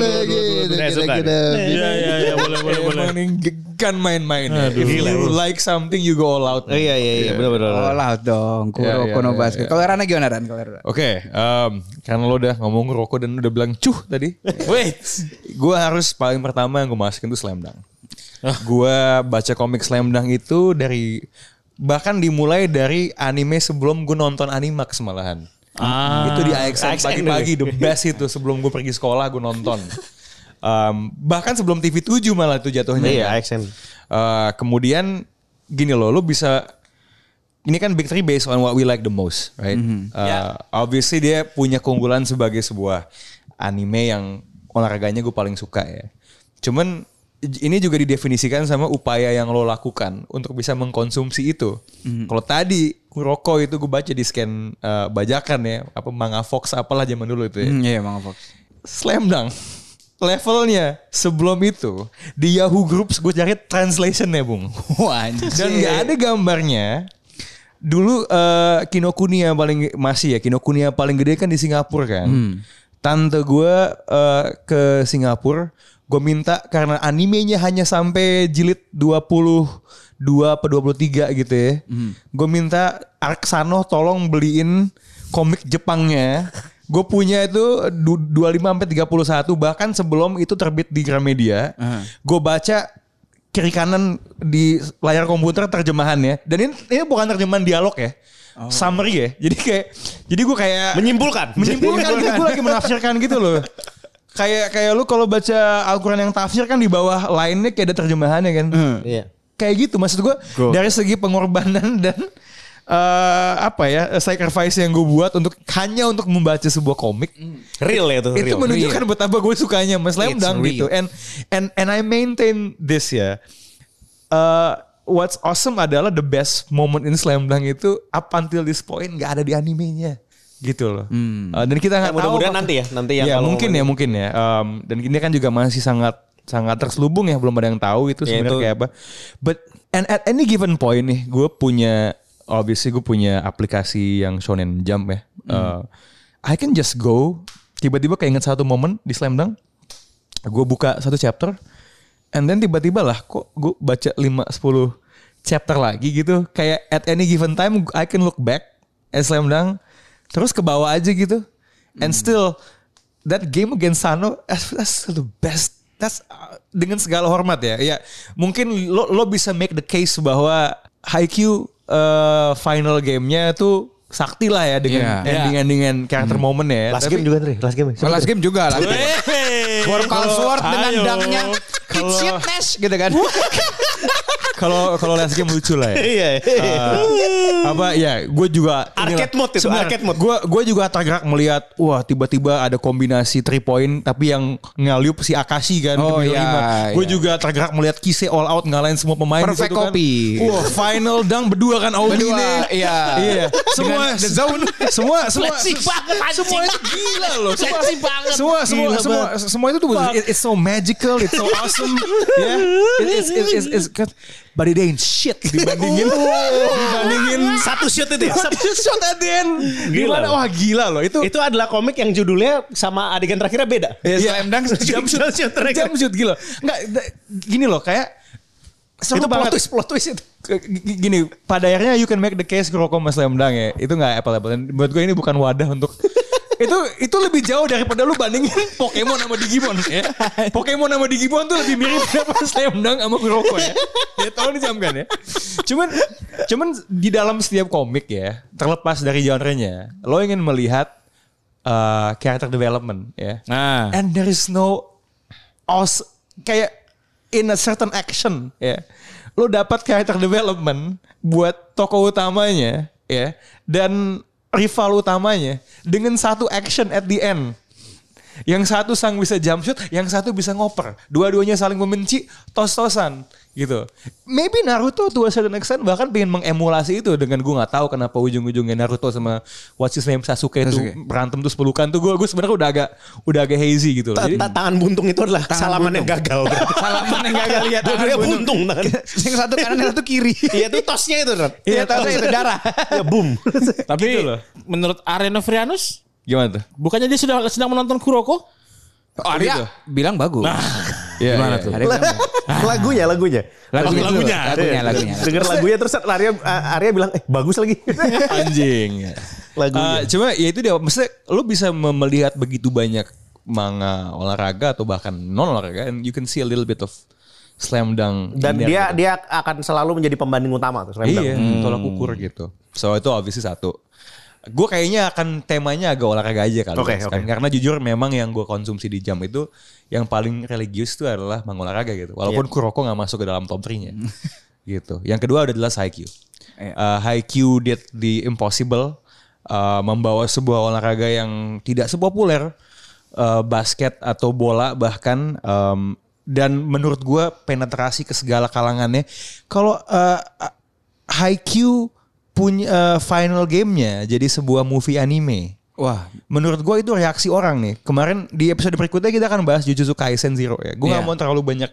[SPEAKER 3] Saya suka nih.
[SPEAKER 2] Nah, Iya iya iya boleh boleh boleh.
[SPEAKER 1] Eh, Emang ini kan main-main. ya. If
[SPEAKER 3] Gila.
[SPEAKER 1] you like something you go all out.
[SPEAKER 3] Oh, Iya iya iya benar benar.
[SPEAKER 4] Oh lah dong Kuro
[SPEAKER 1] Iya, iya,
[SPEAKER 4] Kono
[SPEAKER 1] iya,
[SPEAKER 4] Basket. Kalau Rana gimana Ran? Kalau Rana?
[SPEAKER 1] Oke, em, karena lo udah ngomong rokok dan udah bilang cuh tadi.
[SPEAKER 2] Wait.
[SPEAKER 1] gue harus paling pertama yang gue masukin tuh Slam Dunk.
[SPEAKER 2] Ah.
[SPEAKER 1] Gue baca komik Slam Dunk itu dari bahkan dimulai dari anime sebelum gue nonton Animax malahan.
[SPEAKER 2] Ah.
[SPEAKER 1] itu di AXN
[SPEAKER 3] AXN
[SPEAKER 1] pagi-pagi the best itu sebelum gue pergi sekolah gue nonton. Em, bahkan sebelum TV 7 malah itu jatuhnya.
[SPEAKER 3] Iya
[SPEAKER 1] kan.
[SPEAKER 3] action.
[SPEAKER 1] Eh, kemudian gini loh, lo bisa ini kan Big Three based on what we like the most, right? Eh, Obviously dia punya keunggulan sebagai sebuah anime yang olahraganya gue paling suka ya. Cuman j- ini juga didefinisikan sama upaya yang lo lakukan untuk bisa mengkonsumsi itu. Kalau tadi Kuroko itu gue baca di scan eh, bajakan ya, apa manga Fox apalah zaman dulu itu ya.
[SPEAKER 4] Hmm, Iya Mang Fox.
[SPEAKER 1] Slam Dunk. Levelnya sebelum itu di Yahoo Groups gue cari translationnya bung.
[SPEAKER 4] Wah
[SPEAKER 1] Dan nggak ada gambarnya. Dulu eh, Kinokuniya paling masih ya Kinokuniya paling gede kan di Singapura kan. Tante gue eh, ke Singapura, gue minta karena animenya hanya sampai jilid 22 pe 23 gitu ya. Gue minta Arksano tolong beliin komik Jepangnya. Gue punya itu du- 25 sampai 31 bahkan sebelum itu terbit di Gramedia. Gue baca kiri kanan di layar komputer terjemahannya dan ini, ini bukan terjemahan dialog ya summary ya jadi kayak jadi gue kayak
[SPEAKER 3] Menyimpulkan.
[SPEAKER 1] menyimpulkan gitu gue lagi menafsirkan gitu loh kayak kayak lu kalau baca Al-Quran yang tafsir kan di bawah lainnya kayak ada terjemahannya kan
[SPEAKER 4] Hmm.
[SPEAKER 3] Iya.
[SPEAKER 1] kayak gitu maksud gue dari segi pengorbanan dan eh, apa ya sacrifice yang gue buat untuk hanya untuk membaca sebuah komik
[SPEAKER 3] Real ya itu.
[SPEAKER 1] itu
[SPEAKER 3] real.
[SPEAKER 1] menunjukkan betapa gue sukanya Mas Slam
[SPEAKER 4] It's
[SPEAKER 1] Dunk
[SPEAKER 4] real.
[SPEAKER 1] gitu and and and I maintain this ya Eh, what's awesome adalah the best moment in Slam Dunk itu up until this point nggak ada di animenya gitu loh Eh, dan kita nggak
[SPEAKER 3] Ya, mudah-mudahan
[SPEAKER 1] tahu
[SPEAKER 3] nanti ya, nanti ya kalau-
[SPEAKER 1] mungkin ya mungkin ya Em, dan ini kan juga masih sangat sangat terselubung ya belum ada yang tahu itu
[SPEAKER 3] Ya,
[SPEAKER 1] sebenarnya
[SPEAKER 3] itu-
[SPEAKER 1] kayak apa but and at any given point nih gue punya obviously gue punya aplikasi yang shonen jump ya
[SPEAKER 3] Hmm.
[SPEAKER 1] Eh, I can just go tiba-tiba keinget satu momen di slam dunk gue buka satu chapter and then tiba-tiba lah kok gue baca 5-10 chapter lagi gitu kayak at any given time I can look back at Slam Dunk terus ke bawah aja gitu and still that game against Sano that's, that's the best that's uh, dengan segala hormat ya ya mungkin lo lo bisa make the case bahwa Haikyuu eh, final gamenya tuh sakti lah ya dengan
[SPEAKER 4] Yeah.
[SPEAKER 1] ending-endingan karakter momen ya
[SPEAKER 3] Last game juga Andre, last game.
[SPEAKER 4] Kalau last game juga lah. Workal Sword dengan
[SPEAKER 2] Ayo.
[SPEAKER 4] dangnya It's shitness gitu kan.
[SPEAKER 1] kalau kalau last game lucu lah ya
[SPEAKER 3] Iya.
[SPEAKER 1] Eh, apa ya gue juga
[SPEAKER 3] Arcade mode itu, arcade mode.
[SPEAKER 1] gue gue juga tergerak melihat wah tiba-tiba ada kombinasi three point tapi yang ngaliup si Akashi kan
[SPEAKER 4] Oh, iya,
[SPEAKER 1] gue
[SPEAKER 4] iya.
[SPEAKER 1] juga tergerak melihat Kise all out ngalahin semua pemain di
[SPEAKER 4] Perfect
[SPEAKER 1] situ kan.
[SPEAKER 4] copy.
[SPEAKER 1] wah final dang berdua kan Aomi
[SPEAKER 4] Berdua,
[SPEAKER 1] ini
[SPEAKER 4] iya.
[SPEAKER 1] iya semua
[SPEAKER 4] Dengan the zone.
[SPEAKER 1] semua semua
[SPEAKER 2] Flexi banget
[SPEAKER 1] semua itu gila loh semua
[SPEAKER 2] Flexi banget.
[SPEAKER 1] semua semua
[SPEAKER 2] Gila
[SPEAKER 1] semua, semua itu tuh it- it's so magical it's so awesome yeah It- it's- it's- it's- it's- but it ain't shit dibandingin dibandingin
[SPEAKER 3] Satu shoot itu ya. Satu-
[SPEAKER 1] satu shot at the end.
[SPEAKER 3] Gila.
[SPEAKER 1] Gimana? Wah gila loh itu.
[SPEAKER 3] Itu adalah komik yang judulnya sama adegan terakhirnya beda.
[SPEAKER 1] Ya,
[SPEAKER 4] Iya.
[SPEAKER 1] slam dunk, jump shoot,
[SPEAKER 3] Jump shoot terakhir.
[SPEAKER 1] jump shoot gila. Enggak, da- gini loh kayak seru
[SPEAKER 3] itu plot
[SPEAKER 1] banget.
[SPEAKER 3] twist, plot twist itu.
[SPEAKER 1] G- Gini, pada akhirnya you can make the case Kuroko sama Slam Dunk ya. Itu gak apple apple. Menurut gue ini bukan wadah untuk itu itu lebih jauh daripada lu bandingin Pokemon sama Digimon ya. Pokemon sama Digimon tuh lebih mirip daripada Slam Dunk sama Kuroko ya. Ya tolong dijamkan ya. Cuman cuman di dalam setiap komik ya, terlepas dari genre-nya, lo ingin melihat eh, character development ya.
[SPEAKER 4] Ah.
[SPEAKER 2] Nah.
[SPEAKER 4] Eh,
[SPEAKER 1] And there is no os kayak in a certain action ya. Lo dapat character development buat tokoh utamanya ya dan rival utamanya dengan satu action at the end. Yang satu sang bisa jump shot, yang satu bisa ngoper. Dua-duanya saling membenci, tos-tosan gitu. Maybe Naruto to a certain extent bahkan pengen mengemulasi itu dengan gue nggak tahu kenapa ujung-ujungnya Naruto sama what's his name Sasuke,
[SPEAKER 4] Sasuke.
[SPEAKER 1] itu berantem terus pelukan tuh gue gue sebenarnya udah agak udah agak hazy gitu. loh.
[SPEAKER 3] Ta-
[SPEAKER 1] Jadi-
[SPEAKER 3] ta- tangan buntung itu adalah salaman yang gagal.
[SPEAKER 4] Salaman yang gagal lihat
[SPEAKER 3] Dua-duanya buntung tangan.
[SPEAKER 4] Yang satu kanan yang satu kiri.
[SPEAKER 3] Iya itu tosnya itu. Ren.
[SPEAKER 4] Iya, tosnya itu darah.
[SPEAKER 3] Ya boom.
[SPEAKER 2] Tapi
[SPEAKER 1] Gitu loh.
[SPEAKER 2] menurut Arena Frianus,
[SPEAKER 1] Gimana tuh?
[SPEAKER 2] bukannya dia sudah sedang menonton Kuroko?
[SPEAKER 4] Oh, Arya bilang bagus. Iya,
[SPEAKER 2] gimana
[SPEAKER 4] iya.
[SPEAKER 2] tuh?
[SPEAKER 4] Arya bilang bagus.
[SPEAKER 3] lagunya, lagunya.
[SPEAKER 4] Lagunya,
[SPEAKER 2] Oh, lagunya.
[SPEAKER 4] lagunya,
[SPEAKER 3] Iya,
[SPEAKER 4] lagunya.
[SPEAKER 3] Denger lagunya Iya. terus Arya Arya bilang eh bagus lagi.
[SPEAKER 1] anjing
[SPEAKER 3] Lagunya.
[SPEAKER 1] Eh, cuma ya itu dia maksudnya lu bisa me- melihat begitu banyak manga olahraga atau bahkan non olahraga and you can see a little bit of slam dunk
[SPEAKER 3] Dan
[SPEAKER 1] in there
[SPEAKER 3] dia Hmm.
[SPEAKER 1] gitu.
[SPEAKER 3] dia akan selalu menjadi pembanding utama terus.
[SPEAKER 1] iya tolak ukur gitu so itu obviously satu gue kayaknya akan temanya agak olahraga aja kali
[SPEAKER 3] Oke,
[SPEAKER 1] Mas,
[SPEAKER 3] oke.
[SPEAKER 1] kan. karena jujur memang yang gue konsumsi di jam itu yang paling religius itu adalah manga olahraga gitu walaupun
[SPEAKER 3] Iya.
[SPEAKER 1] Kuroko nggak masuk ke dalam top 3 nya gitu yang kedua adalah Haikyuu
[SPEAKER 3] Iya.
[SPEAKER 1] Uh, Haikyuu did the impossible uh, membawa sebuah olahraga yang tidak sepopuler uh, basket atau bola bahkan um, dan menurut gua penetrasi ke segala kalangannya kalau uh, uh, Haikyuu punya uh, final gamenya jadi sebuah movie anime
[SPEAKER 4] Wah,
[SPEAKER 1] menurut gue itu reaksi orang nih. Kemarin di episode berikutnya kita akan bahas Jujutsu Kaisen Zero ya. Gue nggak
[SPEAKER 4] Iya.
[SPEAKER 1] mau terlalu banyak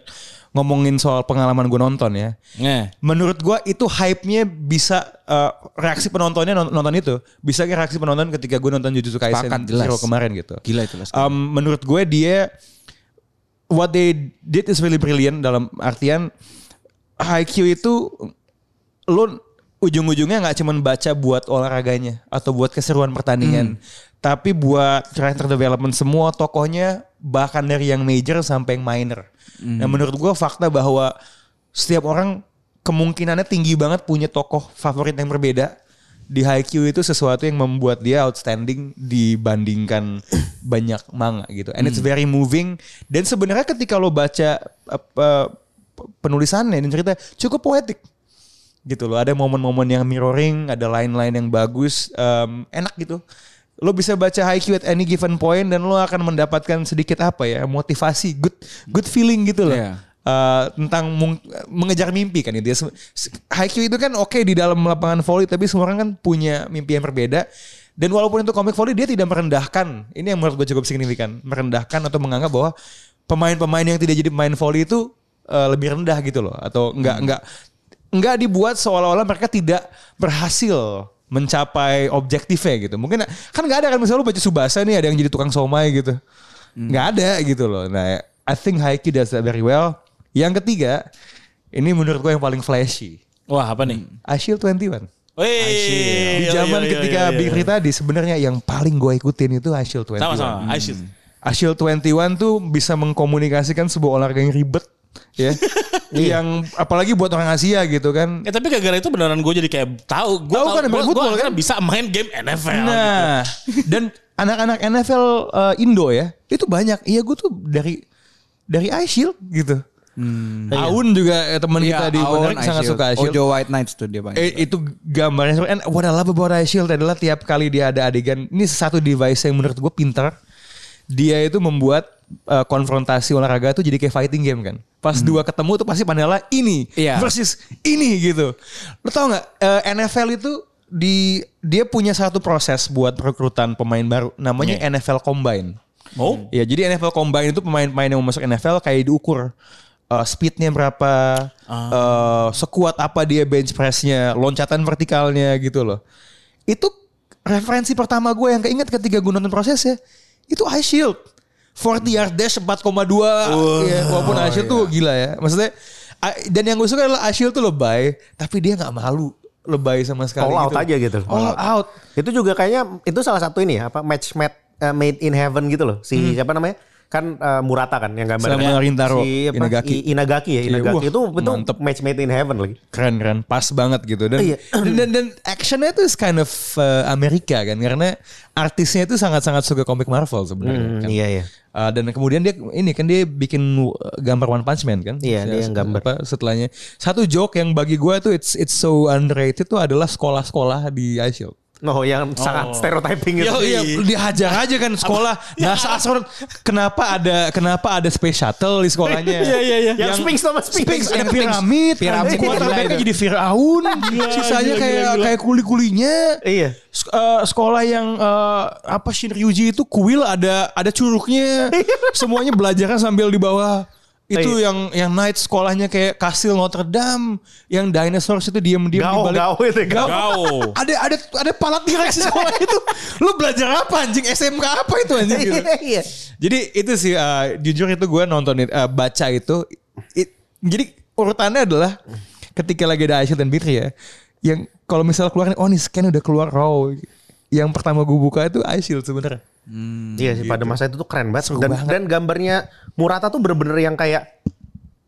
[SPEAKER 1] ngomongin soal pengalaman gue nonton ya.
[SPEAKER 4] Nah.
[SPEAKER 2] Iya.
[SPEAKER 1] Menurut gue itu hype-nya bisa eh, reaksi penontonnya non- nonton itu bisa kayak reaksi penonton ketika gue nonton Jujutsu Kaisen
[SPEAKER 4] Sepakat, jelas.
[SPEAKER 1] Zero kemarin gitu.
[SPEAKER 4] Gila itu, Mas.
[SPEAKER 1] Um, menurut gue dia what they did is really brilliant dalam artian Haikyuu itu lo ujung-ujungnya nggak cuman baca buat olahraganya atau buat keseruan pertandingan, tapi buat character development semua tokohnya bahkan dari yang major sampai yang minor. Nah menurut gua fakta bahwa setiap orang kemungkinannya tinggi banget punya tokoh favorit yang berbeda di Haikyuu itu sesuatu yang membuat dia outstanding dibandingkan banyak manga gitu. And it's very moving. Dan sebenarnya ketika lo baca apa, penulisannya dan cerita cukup poetik gitu loh. Ada momen-momen yang mirroring, ada line-line yang bagus, em, enak gitu. Lo bisa baca Haikyuu at any given point dan lo akan mendapatkan sedikit apa ya, motivasi, good good feeling gitu loh.
[SPEAKER 4] Iya.
[SPEAKER 1] Eh, tentang mung- mengejar mimpi kan itu ya. Se- se- Haikyuu itu kan oke di dalam lapangan volley tapi semua orang kan punya mimpi yang berbeda. Dan walaupun itu komik volley dia tidak merendahkan. Ini yang menurut gue cukup signifikan. Merendahkan atau menganggap bahwa pemain-pemain yang tidak jadi pemain volley itu eh, lebih rendah gitu loh atau enggak enggak nggak dibuat seolah-olah mereka tidak berhasil mencapai objektifnya gitu. Mungkin kan nggak ada kan misalnya lu baca Subasa nih ada yang jadi tukang somai gitu. Nggak ada gitu loh. Nah, I think Haiki does that very well. Yang ketiga, ini menurut gue yang paling flashy.
[SPEAKER 2] Wah apa nih?
[SPEAKER 1] Ashil 21.
[SPEAKER 2] Hmm. Wih, iya,
[SPEAKER 1] Di zaman ketika Big Three tadi sebenarnya yang paling gue ikutin itu Ashil 21.
[SPEAKER 2] sama-sama. Aisyah.
[SPEAKER 1] Ashil 21 tuh bisa mengkomunikasikan sebuah olahraga yang ribet ya. yang apalagi buat orang Asia gitu kan.
[SPEAKER 2] Ya tapi gara-gara itu beneran gue jadi kayak tahu gue
[SPEAKER 1] Tahu kan, main football kan?
[SPEAKER 2] bisa main game NFL.
[SPEAKER 1] Nah, dan anak-anak NFL uh, Indo ya, itu banyak. Iya, gue tuh dari dari iShield gitu. Aun juga eh, teman kita di
[SPEAKER 4] Iya, Aon,
[SPEAKER 1] Menarik sangat
[SPEAKER 4] Ice
[SPEAKER 1] suka
[SPEAKER 4] Shield.
[SPEAKER 1] iShield.
[SPEAKER 4] Ojo White Knights tuh dia banyak.
[SPEAKER 1] Eh, itu gambarnya and what I love about Ice Shield adalah tiap kali dia ada adegan ini satu device yang menurut gue pintar dia itu membuat uh, konfrontasi olahraga tuh jadi kayak fighting game kan pas dua ketemu tuh pasti panela ini
[SPEAKER 4] Hmm. Iya.
[SPEAKER 1] versus ini gitu lo tau nggak eh, NFL itu di dia punya satu proses buat perekrutan pemain baru namanya
[SPEAKER 4] Iya.
[SPEAKER 1] NFL Combine
[SPEAKER 2] Oh,
[SPEAKER 1] Iya, Ya jadi NFL Combine itu pemain-pemain yang mau masuk NFL kayak diukur eh, speednya berapa, eh, sekuat apa dia bench pressnya, loncatan vertikalnya gitu loh. Itu referensi pertama gue yang keinget ketika gue nonton prosesnya, itu Ice Shield. 40 yard dash 4,2 ya, walaupun Ice Shield tuh gila ya. Maksudnya a- dan yang gue suka adalah Ice Shield tuh lebay, tapi dia nggak malu lebay sama sekali
[SPEAKER 3] All out aja gitu.
[SPEAKER 1] All out.
[SPEAKER 3] Itu juga kayaknya itu salah satu ini ya, apa match made eh, made in heaven gitu loh. Si siapa namanya? Kan eh, Murata kan yang gambar
[SPEAKER 1] Hmm. Sama Rintaro,
[SPEAKER 3] si apa,
[SPEAKER 1] Inagaki.
[SPEAKER 3] I- Inagaki ya,
[SPEAKER 1] Iya,
[SPEAKER 3] Inagaki.
[SPEAKER 1] wah,
[SPEAKER 3] itu itu
[SPEAKER 1] mantep.
[SPEAKER 3] match made in heaven lagi.
[SPEAKER 1] keren keren pas banget gitu dan
[SPEAKER 3] Iya.
[SPEAKER 1] dan, dan, dan actionnya tuh is kind of uh, Amerika kan karena artisnya itu sangat sangat suka komik Marvel sebenarnya kan.
[SPEAKER 3] iya iya.
[SPEAKER 1] Uh, dan kemudian dia ini kan dia bikin uh, gambar One Punch Man kan
[SPEAKER 3] Iya, dia yang gambar.
[SPEAKER 1] apa, setelahnya satu joke yang bagi gue tuh it's it's so underrated tuh adalah sekolah-sekolah di Ice Shield
[SPEAKER 3] Oh, yang sangat stereotyping gitu.
[SPEAKER 1] Iya, iya, dihajar aja kan sekolah. NASA astronot. Kenapa ada kenapa ada space shuttle di sekolahnya?
[SPEAKER 2] Iya, iya, iya.
[SPEAKER 3] Yang Sphinx sama Sphinx.
[SPEAKER 1] Sphinx ada
[SPEAKER 4] Yang
[SPEAKER 1] piramid,
[SPEAKER 4] Sphinx. Piramid,
[SPEAKER 1] piramid
[SPEAKER 4] gila itu.
[SPEAKER 1] jadi Firaun, sisanya
[SPEAKER 2] gila,
[SPEAKER 1] kayak
[SPEAKER 2] gila.
[SPEAKER 1] kayak kuli-kulinya.
[SPEAKER 3] Iya.
[SPEAKER 1] Sek- eh, sekolah yang eh, apa Shinryuji itu kuil ada ada curugnya. Semuanya belajarnya sambil di bawah. Itu
[SPEAKER 3] Iya.
[SPEAKER 1] yang yang night sekolahnya kayak Kastil Notre Dame, yang dinosaurus itu diam-diam di
[SPEAKER 3] Gao,
[SPEAKER 1] balik.
[SPEAKER 3] gao itu, ya kan. gao.
[SPEAKER 2] Gao.
[SPEAKER 1] Ada ada ada pala T-Rex di sekolah itu. Lu belajar apa anjing? SMK apa itu anjing? gitu.
[SPEAKER 3] Iya.
[SPEAKER 1] Jadi itu sih uh, jujur itu gue nonton it- uh, baca itu. it- jadi urutannya adalah ketika lagi ada Aisyah dan Bitri ya, yang kalau misalnya keluar nih, oh nih scan udah keluar raw. Yang pertama gue buka itu Aisyah sebenarnya.
[SPEAKER 3] Iya sih pada masa itu tuh keren banget
[SPEAKER 1] gitu. Seru
[SPEAKER 3] dan
[SPEAKER 1] banget.
[SPEAKER 3] dan gambarnya Murata tuh bener-bener yang kayak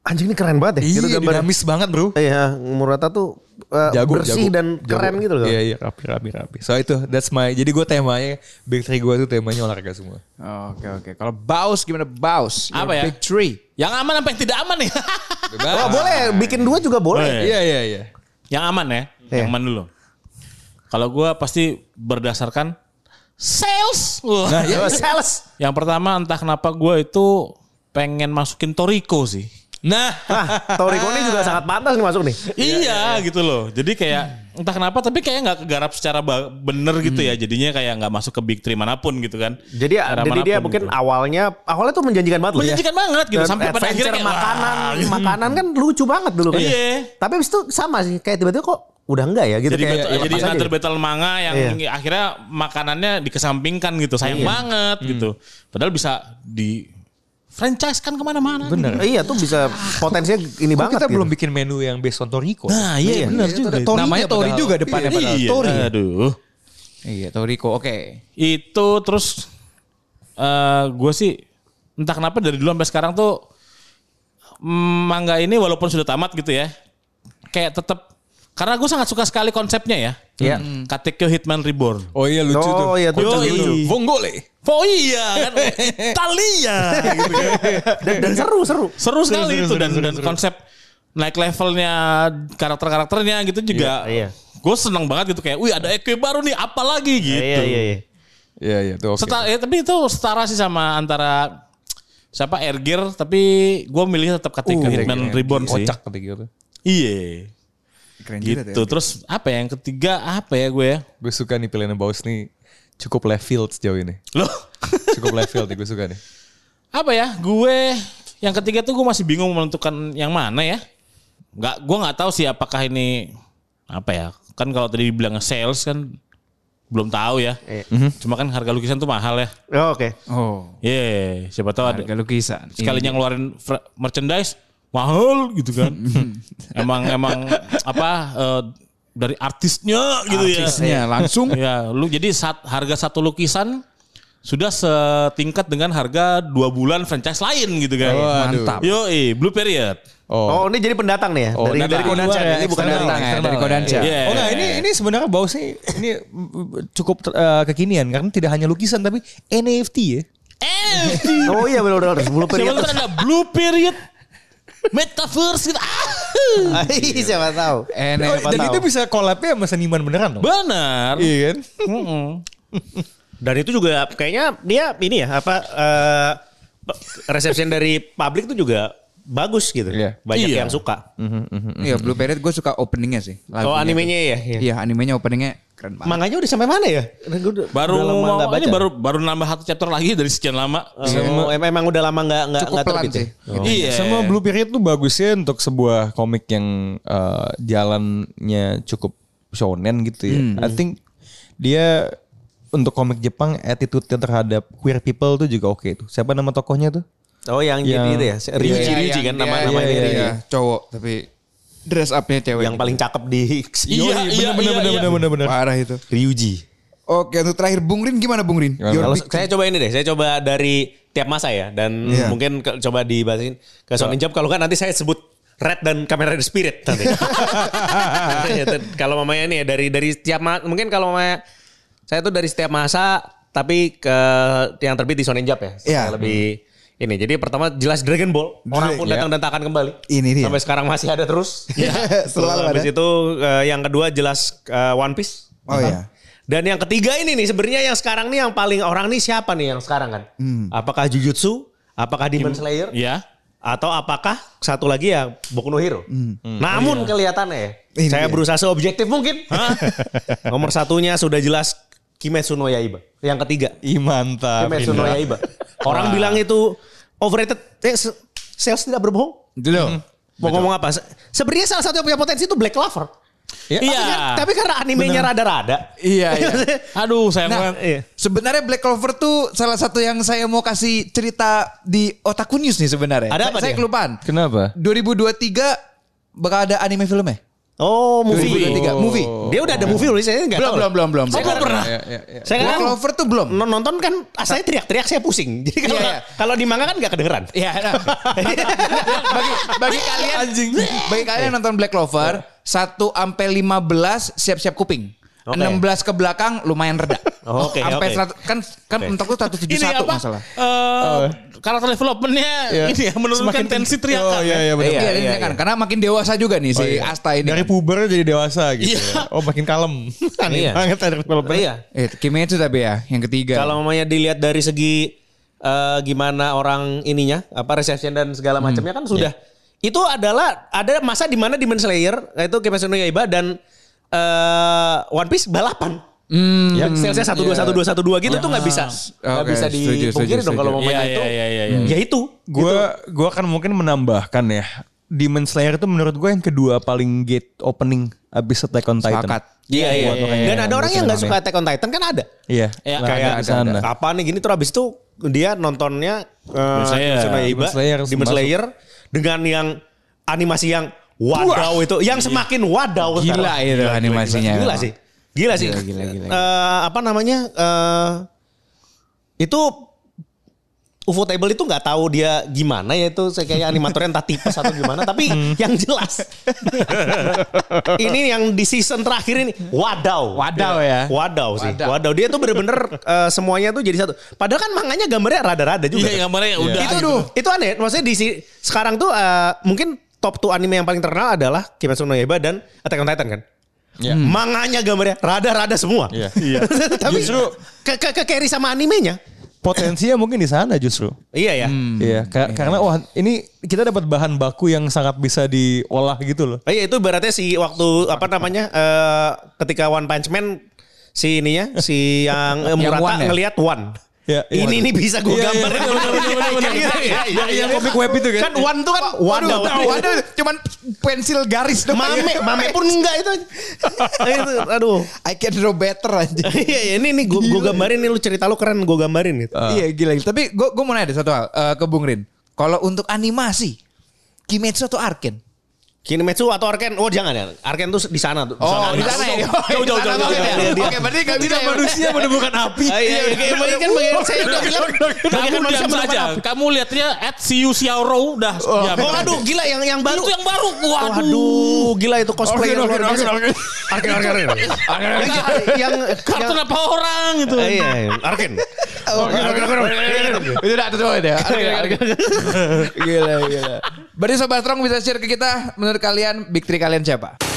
[SPEAKER 3] anjing ini keren banget ya.
[SPEAKER 1] Iya,
[SPEAKER 3] Gitu gambarnya.
[SPEAKER 1] dinamis banget bro.
[SPEAKER 3] Iya, Murata tuh uh,
[SPEAKER 1] Jago,
[SPEAKER 3] bersih
[SPEAKER 1] jago,
[SPEAKER 3] dan
[SPEAKER 1] jago.
[SPEAKER 3] keren gitu loh.
[SPEAKER 1] Iya iya rapi rapi rapi. So itu that's my. Jadi gue temanya Big Three gue tuh temanya olahraga semua.
[SPEAKER 4] Oke oke. Kalau baus gimana baus?
[SPEAKER 2] Apa ya?
[SPEAKER 4] Your Big three.
[SPEAKER 2] Yang aman apa yang tidak aman nih?
[SPEAKER 3] Wah, boleh bikin dua juga boleh.
[SPEAKER 2] Boleh.
[SPEAKER 1] Iya iya iya.
[SPEAKER 2] yang aman ya.
[SPEAKER 3] Iya.
[SPEAKER 2] Yang aman dulu. Kalau gua pasti berdasarkan sales. Wah.
[SPEAKER 1] Nah, iya.
[SPEAKER 3] Oh, Sales.
[SPEAKER 2] Yang pertama entah kenapa gua itu pengen masukin Toriko sih.
[SPEAKER 1] Nah
[SPEAKER 3] Ah, Toriko ini juga sangat pantas nih masuk nih.
[SPEAKER 2] Iya gitu loh. Jadi kayak entah kenapa tapi kayak nggak kegarap secara ba- bener gitu ya. Jadinya kayak nggak masuk ke big three manapun gitu kan.
[SPEAKER 3] Jadi ya,
[SPEAKER 2] Era
[SPEAKER 3] jadi dia
[SPEAKER 2] manapun
[SPEAKER 3] mungkin
[SPEAKER 2] gitu.
[SPEAKER 3] awalnya awalnya tuh menjanjikan banget loh.
[SPEAKER 2] menjanjikan banget gitu
[SPEAKER 3] Dan
[SPEAKER 2] sampai pada akhirnya
[SPEAKER 3] adventure
[SPEAKER 2] kayak,
[SPEAKER 3] makanan
[SPEAKER 2] wah, gitu.
[SPEAKER 3] makanan kan lucu banget dulu kan.
[SPEAKER 2] Iya.
[SPEAKER 3] Tapi abis itu sama sih kayak tiba-tiba kok udah enggak ya gitu
[SPEAKER 2] Jadi
[SPEAKER 3] kayak
[SPEAKER 2] battle,
[SPEAKER 3] lepas
[SPEAKER 2] jadi
[SPEAKER 3] aja.
[SPEAKER 2] another battle manga yang
[SPEAKER 3] Iya.
[SPEAKER 2] akhirnya makanannya dikesampingkan gitu. Sayang banget gitu. Padahal bisa di franchise kan kemana-mana.
[SPEAKER 1] bener.
[SPEAKER 3] Iya tuh bisa potensinya
[SPEAKER 1] Kok
[SPEAKER 3] ini banget.
[SPEAKER 1] kita
[SPEAKER 3] gitu.
[SPEAKER 1] belum bikin menu yang based on Toriko.
[SPEAKER 2] Nah, iya, bener juga.
[SPEAKER 1] Torinya
[SPEAKER 4] Namanya Tori
[SPEAKER 1] padahal.
[SPEAKER 4] juga
[SPEAKER 1] Iya,
[SPEAKER 4] depannya padahal.
[SPEAKER 2] Iya.
[SPEAKER 1] Tori.
[SPEAKER 2] Aduh.
[SPEAKER 4] Iya Toriko. Oke.
[SPEAKER 2] Itu terus eh gue sih entah kenapa dari dulu sampai sekarang tuh mm, manga ini walaupun sudah tamat gitu ya. Kayak tetap karena gue sangat suka sekali konsepnya ya.
[SPEAKER 3] Iya.
[SPEAKER 2] Hmm. Katekyo Hitman Reborn.
[SPEAKER 1] Oh iya lucu tuh.
[SPEAKER 3] Oh iya tuh lucu.
[SPEAKER 2] Kocak itu.
[SPEAKER 1] Vonggole.
[SPEAKER 2] Oh iya kan Italia gitu kan.
[SPEAKER 3] Dan, dan seru seru.
[SPEAKER 2] Seru
[SPEAKER 1] seru,
[SPEAKER 2] sekali itu
[SPEAKER 1] seru,
[SPEAKER 2] dan
[SPEAKER 1] seru,
[SPEAKER 2] dan
[SPEAKER 1] seru.
[SPEAKER 2] konsep naik levelnya karakter-karakternya gitu juga.
[SPEAKER 3] Iya, iya.
[SPEAKER 2] Gue seneng banget gitu kayak, wih ada EQ baru nih, apa lagi gitu.
[SPEAKER 3] Iya iya iya.
[SPEAKER 1] Iya iya tuh oke.
[SPEAKER 2] Setara, ya, tapi itu setara sih sama antara siapa Ergir tapi gue milih tetap ketika
[SPEAKER 1] Uh,
[SPEAKER 3] ya
[SPEAKER 2] Hitman
[SPEAKER 3] kan?
[SPEAKER 1] iya,
[SPEAKER 2] Reborn sih.
[SPEAKER 1] Kocak ketika gitu.
[SPEAKER 2] Iya.
[SPEAKER 4] Keren juga tuh
[SPEAKER 2] Gitu. Terus apa ya, yang ketiga apa ya gue ya?
[SPEAKER 1] Gue suka nih pilihan Baus nih cukup left field sejauh ini.
[SPEAKER 2] Loh,
[SPEAKER 1] Cukup left field nih gue suka nih.
[SPEAKER 2] apa ya? Gue yang ketiga tuh gue masih bingung menentukan yang mana ya. Nggak, gue nggak tahu sih apakah ini apa ya? Kan kalau tadi dibilang sales kan belum tahu ya.
[SPEAKER 3] Iya.
[SPEAKER 2] Cuma kan harga lukisan tuh mahal ya.
[SPEAKER 3] Oh, Oke.
[SPEAKER 4] ya. Oh.
[SPEAKER 2] Iya, siapa tahu ada
[SPEAKER 4] Harga lukisan.
[SPEAKER 3] Iya.
[SPEAKER 2] sekalinya ngeluarin fra- merchandise mahal gitu kan. emang emang apa eh, dari artisnya gitu
[SPEAKER 4] Artisnya
[SPEAKER 2] ya.
[SPEAKER 4] langsung.
[SPEAKER 2] Ya, lu jadi sat- harga satu lukisan sudah setingkat dengan harga dua bulan franchise lain gitu kan.
[SPEAKER 3] iya.
[SPEAKER 1] Waduh.
[SPEAKER 4] Mantap.
[SPEAKER 2] Yo, blue period.
[SPEAKER 1] Oh.
[SPEAKER 3] Oh, ini jadi pendatang nih ya.
[SPEAKER 1] Oh, datang
[SPEAKER 3] dari dari
[SPEAKER 1] luar
[SPEAKER 3] Kodansha.
[SPEAKER 1] ya,
[SPEAKER 3] Ini bukan eh.
[SPEAKER 1] eksternal,
[SPEAKER 4] datang ya,
[SPEAKER 1] eksternal
[SPEAKER 4] dari Kodansha.
[SPEAKER 2] Iya.
[SPEAKER 1] Oh enggak, ini ini sebenarnya Baus nih ini cukup eh, kekinian karena tidak hanya lukisan tapi NFT ya.
[SPEAKER 2] Eh,
[SPEAKER 3] Oh iya benar benar. Sebelum
[SPEAKER 2] siapa
[SPEAKER 3] period.
[SPEAKER 2] tahu ada blue period metaverse gitu. Ah,
[SPEAKER 3] Ih, siapa tahu.
[SPEAKER 1] Oh,
[SPEAKER 4] Eh, nih,
[SPEAKER 3] Siapa
[SPEAKER 1] dan
[SPEAKER 3] tahu.
[SPEAKER 1] itu bisa collabnya sama seniman beneran dong.
[SPEAKER 2] benar.
[SPEAKER 1] Iya kan?
[SPEAKER 2] Mm-mm.
[SPEAKER 3] Dan itu juga kayaknya dia ini ya apa eh resepsi dari publik tuh juga bagus gitu.
[SPEAKER 1] Iya.
[SPEAKER 3] Banyak
[SPEAKER 2] Iya.
[SPEAKER 3] yang suka.
[SPEAKER 4] Iya Blue Period gue suka openingnya sih.
[SPEAKER 3] Oh
[SPEAKER 4] Lagunya.
[SPEAKER 3] animenya ya. Iya.
[SPEAKER 4] Iya animenya openingnya keren banget.
[SPEAKER 3] Manganya udah sampai mana ya? Gua udah-
[SPEAKER 2] Baru
[SPEAKER 3] udah lama
[SPEAKER 2] mau
[SPEAKER 3] nggak
[SPEAKER 2] ini
[SPEAKER 3] baca.
[SPEAKER 2] baru baru nambah satu chapter lagi dari sekian lama.
[SPEAKER 3] Oh, em- emang udah lama nggak nggak
[SPEAKER 4] Cukup
[SPEAKER 3] nggak
[SPEAKER 4] pelan
[SPEAKER 3] terbit ya?
[SPEAKER 4] sih.
[SPEAKER 2] Iya.
[SPEAKER 1] Sama Blue Period tuh bagusnya untuk sebuah komik yang eh, jalannya cukup shonen gitu ya. I think dia untuk komik Jepang attitude-nya terhadap queer people tuh juga oke tuh. Siapa nama tokohnya tuh?
[SPEAKER 3] Oh yang jadi
[SPEAKER 1] Yang-
[SPEAKER 3] itu ya, Ryuji
[SPEAKER 4] Iya,
[SPEAKER 3] Ryuji
[SPEAKER 4] yang
[SPEAKER 3] kan
[SPEAKER 4] dia-
[SPEAKER 3] nama-namanya
[SPEAKER 4] iya,
[SPEAKER 3] Ryuji.
[SPEAKER 4] iya, cowok tapi dress upnya cewek.
[SPEAKER 3] Yang paling cakep di
[SPEAKER 2] Iya,
[SPEAKER 1] bener,
[SPEAKER 2] iya, iya,
[SPEAKER 1] bener,
[SPEAKER 2] iya.
[SPEAKER 1] bener, bener, bener.
[SPEAKER 4] parah itu.
[SPEAKER 3] Ryuji.
[SPEAKER 4] Oke untuk terakhir Bung Rin gimana Bung Rin? Your
[SPEAKER 3] Kalau
[SPEAKER 4] pick.
[SPEAKER 3] saya coba ini deh, saya coba dari tiap masa ya dan
[SPEAKER 4] Iya.
[SPEAKER 3] mungkin ke- coba dibahasin ke Sony Jump kalau kan nanti saya sebut Red dan Kamera the Spirit nanti. Ya, tuh, kalau mamanya nih ya, dari dari setiap ma- mungkin kalau mamanya saya tuh dari setiap masa tapi ke yang terbit di Sony Jump ya.
[SPEAKER 4] Iya.
[SPEAKER 3] Saya Lebih ini. Jadi pertama jelas Dragon Ball, orang pun datang dan tak akan kembali.
[SPEAKER 4] Ini dia. ya.
[SPEAKER 3] Sampai sekarang masih ada terus.
[SPEAKER 4] Selalu
[SPEAKER 3] Terus
[SPEAKER 4] ada.
[SPEAKER 3] habis itu eh, yang kedua jelas eh, One Piece.
[SPEAKER 4] Oh ya.
[SPEAKER 3] Dan yang ketiga ini nih sebenarnya yang sekarang nih yang paling orang nih siapa nih yang sekarang kan?
[SPEAKER 4] Hmm.
[SPEAKER 3] Apakah Jujutsu? Apakah Demon Slayer?
[SPEAKER 2] Ya.
[SPEAKER 3] Atau apakah satu lagi ya Boku no Hero? Namun kelihatannya ya,
[SPEAKER 4] Hmm. Ini
[SPEAKER 3] saya
[SPEAKER 4] dia.
[SPEAKER 3] berusaha seobjektif mungkin. Nomor satunya sudah jelas Kimetsu no Yaiba. Yang ketiga.
[SPEAKER 1] Ih
[SPEAKER 2] Iya,
[SPEAKER 1] mantap.
[SPEAKER 3] Kimetsu no
[SPEAKER 1] Indra.
[SPEAKER 3] Yaiba. Orang bilang itu overrated. Eh, se- sales tidak berbohong.
[SPEAKER 4] Dulu.
[SPEAKER 3] Mau ngomong apa? Se- Sebenarnya salah satu yang punya potensi itu Black Clover.
[SPEAKER 1] Ya,
[SPEAKER 3] Tapi, kan-
[SPEAKER 2] Iya.
[SPEAKER 3] tapi karena animenya rada-rada.
[SPEAKER 4] Iya, iya.
[SPEAKER 2] Aduh, sayang
[SPEAKER 4] Nah,
[SPEAKER 2] banget.
[SPEAKER 3] iya.
[SPEAKER 4] sebenarnya Black Clover tuh salah satu yang saya mau kasih cerita di Otaku News nih sebenarnya.
[SPEAKER 3] Ada
[SPEAKER 4] Saya-
[SPEAKER 3] apa
[SPEAKER 4] Saya
[SPEAKER 3] dia?
[SPEAKER 4] kelupaan.
[SPEAKER 1] Kenapa?
[SPEAKER 4] 2023 bakal ada anime filmnya.
[SPEAKER 3] Oh, movie.
[SPEAKER 4] 2023 movie.
[SPEAKER 3] Dia udah ada movie loh, saya enggak
[SPEAKER 4] Belum, belum, belum, belum.
[SPEAKER 3] Saya belum pernah.
[SPEAKER 2] Iya,
[SPEAKER 1] Ya, ya, ya.
[SPEAKER 3] Saya
[SPEAKER 4] Black
[SPEAKER 3] kadang
[SPEAKER 4] Clover tuh belum.
[SPEAKER 3] non- nonton kan ah, saya teriak-teriak saya pusing. Jadi kalau
[SPEAKER 4] Iya, iya.
[SPEAKER 3] kalau di manga kan enggak kedengeran.
[SPEAKER 4] Ya, nah. bagi bagi kalian Bagi kalian yang nonton Black Clover, 1 sampai 15 siap-siap kuping.
[SPEAKER 3] Oke.
[SPEAKER 4] 16 ke belakang lumayan reda.
[SPEAKER 3] Oh, oke,
[SPEAKER 4] Sampai
[SPEAKER 3] oke.
[SPEAKER 4] 100 kan kan mentok tuh 171 masalah.
[SPEAKER 2] Eh, karakter developmentnya ini ya menurunkan tensi teriakan.
[SPEAKER 1] Oh
[SPEAKER 2] ya.
[SPEAKER 1] iya iya benar.
[SPEAKER 3] Iya, iya,
[SPEAKER 4] Iya,
[SPEAKER 3] Oh,
[SPEAKER 4] iya, kan. Karena makin dewasa juga nih si Asta ini.
[SPEAKER 1] Dari puber jadi dewasa gitu.
[SPEAKER 2] Oh, Iya.
[SPEAKER 1] Oh makin kalem. Aneh
[SPEAKER 3] Iya.
[SPEAKER 1] banget ada developer.
[SPEAKER 3] Iya.
[SPEAKER 4] Eh, Kimetsu tapi ya yang ketiga.
[SPEAKER 3] Kalau mamanya dilihat dari segi eh, gimana orang ininya, apa reception dan segala macamnya kan sudah. Itu adalah ada masa di mana Demon Slayer itu Kimetsu no Yaiba dan eh, One Piece balapan.
[SPEAKER 4] Hmm,
[SPEAKER 3] Ya, salesnya satu dua satu dua satu dua gitu tuh nggak bisa nggak
[SPEAKER 4] Oke,
[SPEAKER 3] bisa
[SPEAKER 4] setuju, setuju,
[SPEAKER 3] dipungkiri dong
[SPEAKER 4] setuju.
[SPEAKER 3] kalau
[SPEAKER 2] Iya,
[SPEAKER 3] mamanya
[SPEAKER 2] iya,
[SPEAKER 3] itu.
[SPEAKER 2] iya, iya, iya.
[SPEAKER 3] Ya itu.
[SPEAKER 1] Gue gua kan mungkin menambahkan ya. Demon Slayer itu menurut gue yang kedua paling gate opening abis Attack on Titan.
[SPEAKER 4] Sepakat.
[SPEAKER 3] Iya, iya,
[SPEAKER 1] Buat orang
[SPEAKER 3] Dan
[SPEAKER 1] yang
[SPEAKER 3] ada orang yang nggak
[SPEAKER 1] aneh.
[SPEAKER 3] suka Attack on Titan kan ada.
[SPEAKER 1] Iya.
[SPEAKER 2] Ya,
[SPEAKER 1] Nah,
[SPEAKER 3] kayak
[SPEAKER 1] ada di sana.
[SPEAKER 3] apa nih gini terus habis itu dia nontonnya eh
[SPEAKER 2] Slayer.
[SPEAKER 3] Demon
[SPEAKER 1] Demon Slayer,
[SPEAKER 3] Demon
[SPEAKER 1] masuk.
[SPEAKER 3] Slayer dengan yang animasi yang wadaw itu, yang semakin wadaw.
[SPEAKER 4] Gila
[SPEAKER 3] sekarang.
[SPEAKER 4] itu animasinya
[SPEAKER 3] Gila,
[SPEAKER 4] memang.
[SPEAKER 3] sih, gila sih.
[SPEAKER 4] Gila, gila, gila, gila.
[SPEAKER 3] Eh, apa namanya? eh itu UFO Table itu nggak tahu dia gimana ya itu saya kayak animatornya entah tipes atau gimana tapi yang jelas ini yang di season terakhir ini wadaw
[SPEAKER 4] Wadaw ya.
[SPEAKER 3] Wadaw sih.
[SPEAKER 4] Wadaw.
[SPEAKER 3] Wadaw. Dia tuh bener-bener eh, semuanya tuh jadi satu. Padahal kan manganya gambarnya rada-rada juga.
[SPEAKER 2] Iya, gambarnya ya udah.
[SPEAKER 3] Itu aduh, itu aneh. Maksudnya di si- sekarang tuh eh, mungkin top 2 anime yang paling terkenal adalah Kimetsu no Yaiba dan Attack on Titan kan.
[SPEAKER 1] Iya.
[SPEAKER 3] Hmm. Manganya gambarnya rada-rada semua.
[SPEAKER 1] Iya.
[SPEAKER 3] Tapi
[SPEAKER 1] Justru-
[SPEAKER 3] ke ke, ke carry sama animenya.
[SPEAKER 1] Potensinya mungkin di sana justru.
[SPEAKER 3] Iya ya.
[SPEAKER 4] Hmm.
[SPEAKER 1] Iya, ka- karena wah ini kita dapat bahan baku yang sangat bisa diolah gitu loh.
[SPEAKER 3] Oh iya itu ibaratnya si waktu apa namanya eh, ketika One Punch Man si ininya si yang eh,
[SPEAKER 4] Yang
[SPEAKER 3] Murata
[SPEAKER 4] One ya?
[SPEAKER 3] ngelihat One.
[SPEAKER 1] Ya, iya.
[SPEAKER 3] ini nih bisa
[SPEAKER 1] Iya,
[SPEAKER 3] gue
[SPEAKER 1] iya,
[SPEAKER 3] gambarin.
[SPEAKER 1] bener, bener, bener, bener, bener.
[SPEAKER 3] Kayak gitu ya.
[SPEAKER 1] Yang- yang komik web itu kan.
[SPEAKER 3] Kan One tuh kan
[SPEAKER 4] Waduh,
[SPEAKER 3] wadaw.
[SPEAKER 4] waduh, cuman pensil garis doang. Iya.
[SPEAKER 3] Mame, mame pun enggak itu. Itu, Aduh.
[SPEAKER 4] I can draw better anjing.
[SPEAKER 3] Iya, iya, ini nih gue gue gambarin nih lu cerita lu keren gue gambarin gitu.
[SPEAKER 4] Iya
[SPEAKER 1] Ah.
[SPEAKER 4] gila, gila. Tapi gue gue mau nanya deh satu hal eh, ke Bung Rin. Kalau untuk animasi, Kimetsu atau Arken?
[SPEAKER 3] Kinemetsu atau Arken? Oh jangan ya. Arken tuh di sana Nah, iya, tuh.
[SPEAKER 4] Oh di sana ya.
[SPEAKER 2] Jauh, jauh,
[SPEAKER 4] Di sana banget
[SPEAKER 2] jauh, jauh,
[SPEAKER 4] ya.
[SPEAKER 3] jauh, jauh.
[SPEAKER 4] Oke berarti nggak bisa ya.
[SPEAKER 1] manusia menemukan api.
[SPEAKER 3] Ah, iya, iya, iya, bagian kan bagian saya udah bilang
[SPEAKER 2] Kamu
[SPEAKER 3] bagian manusia
[SPEAKER 2] diam
[SPEAKER 3] menemukan
[SPEAKER 2] saja.
[SPEAKER 3] api.
[SPEAKER 2] Kamu lihatnya at Siu Xiaoro udah. diam.
[SPEAKER 3] Oh aduh gila yang yang baru.
[SPEAKER 2] Itu yang baru. Waduh.
[SPEAKER 3] Waduh, gila itu cosplay
[SPEAKER 1] Oke,
[SPEAKER 3] yang luar
[SPEAKER 1] oke,
[SPEAKER 3] biasa.
[SPEAKER 1] oke,
[SPEAKER 3] Arken, Arken, Arken. Ya, Yang
[SPEAKER 2] Kartun apa orang gitu.
[SPEAKER 3] yang- Iya, iya, Arken. Arken, Arken, Arken.
[SPEAKER 4] Itu udah ada tuh ya. Arken, Arken. Gila gila. Berarti Sobat Strong bisa share ke kita menurut kalian big three kalian siapa?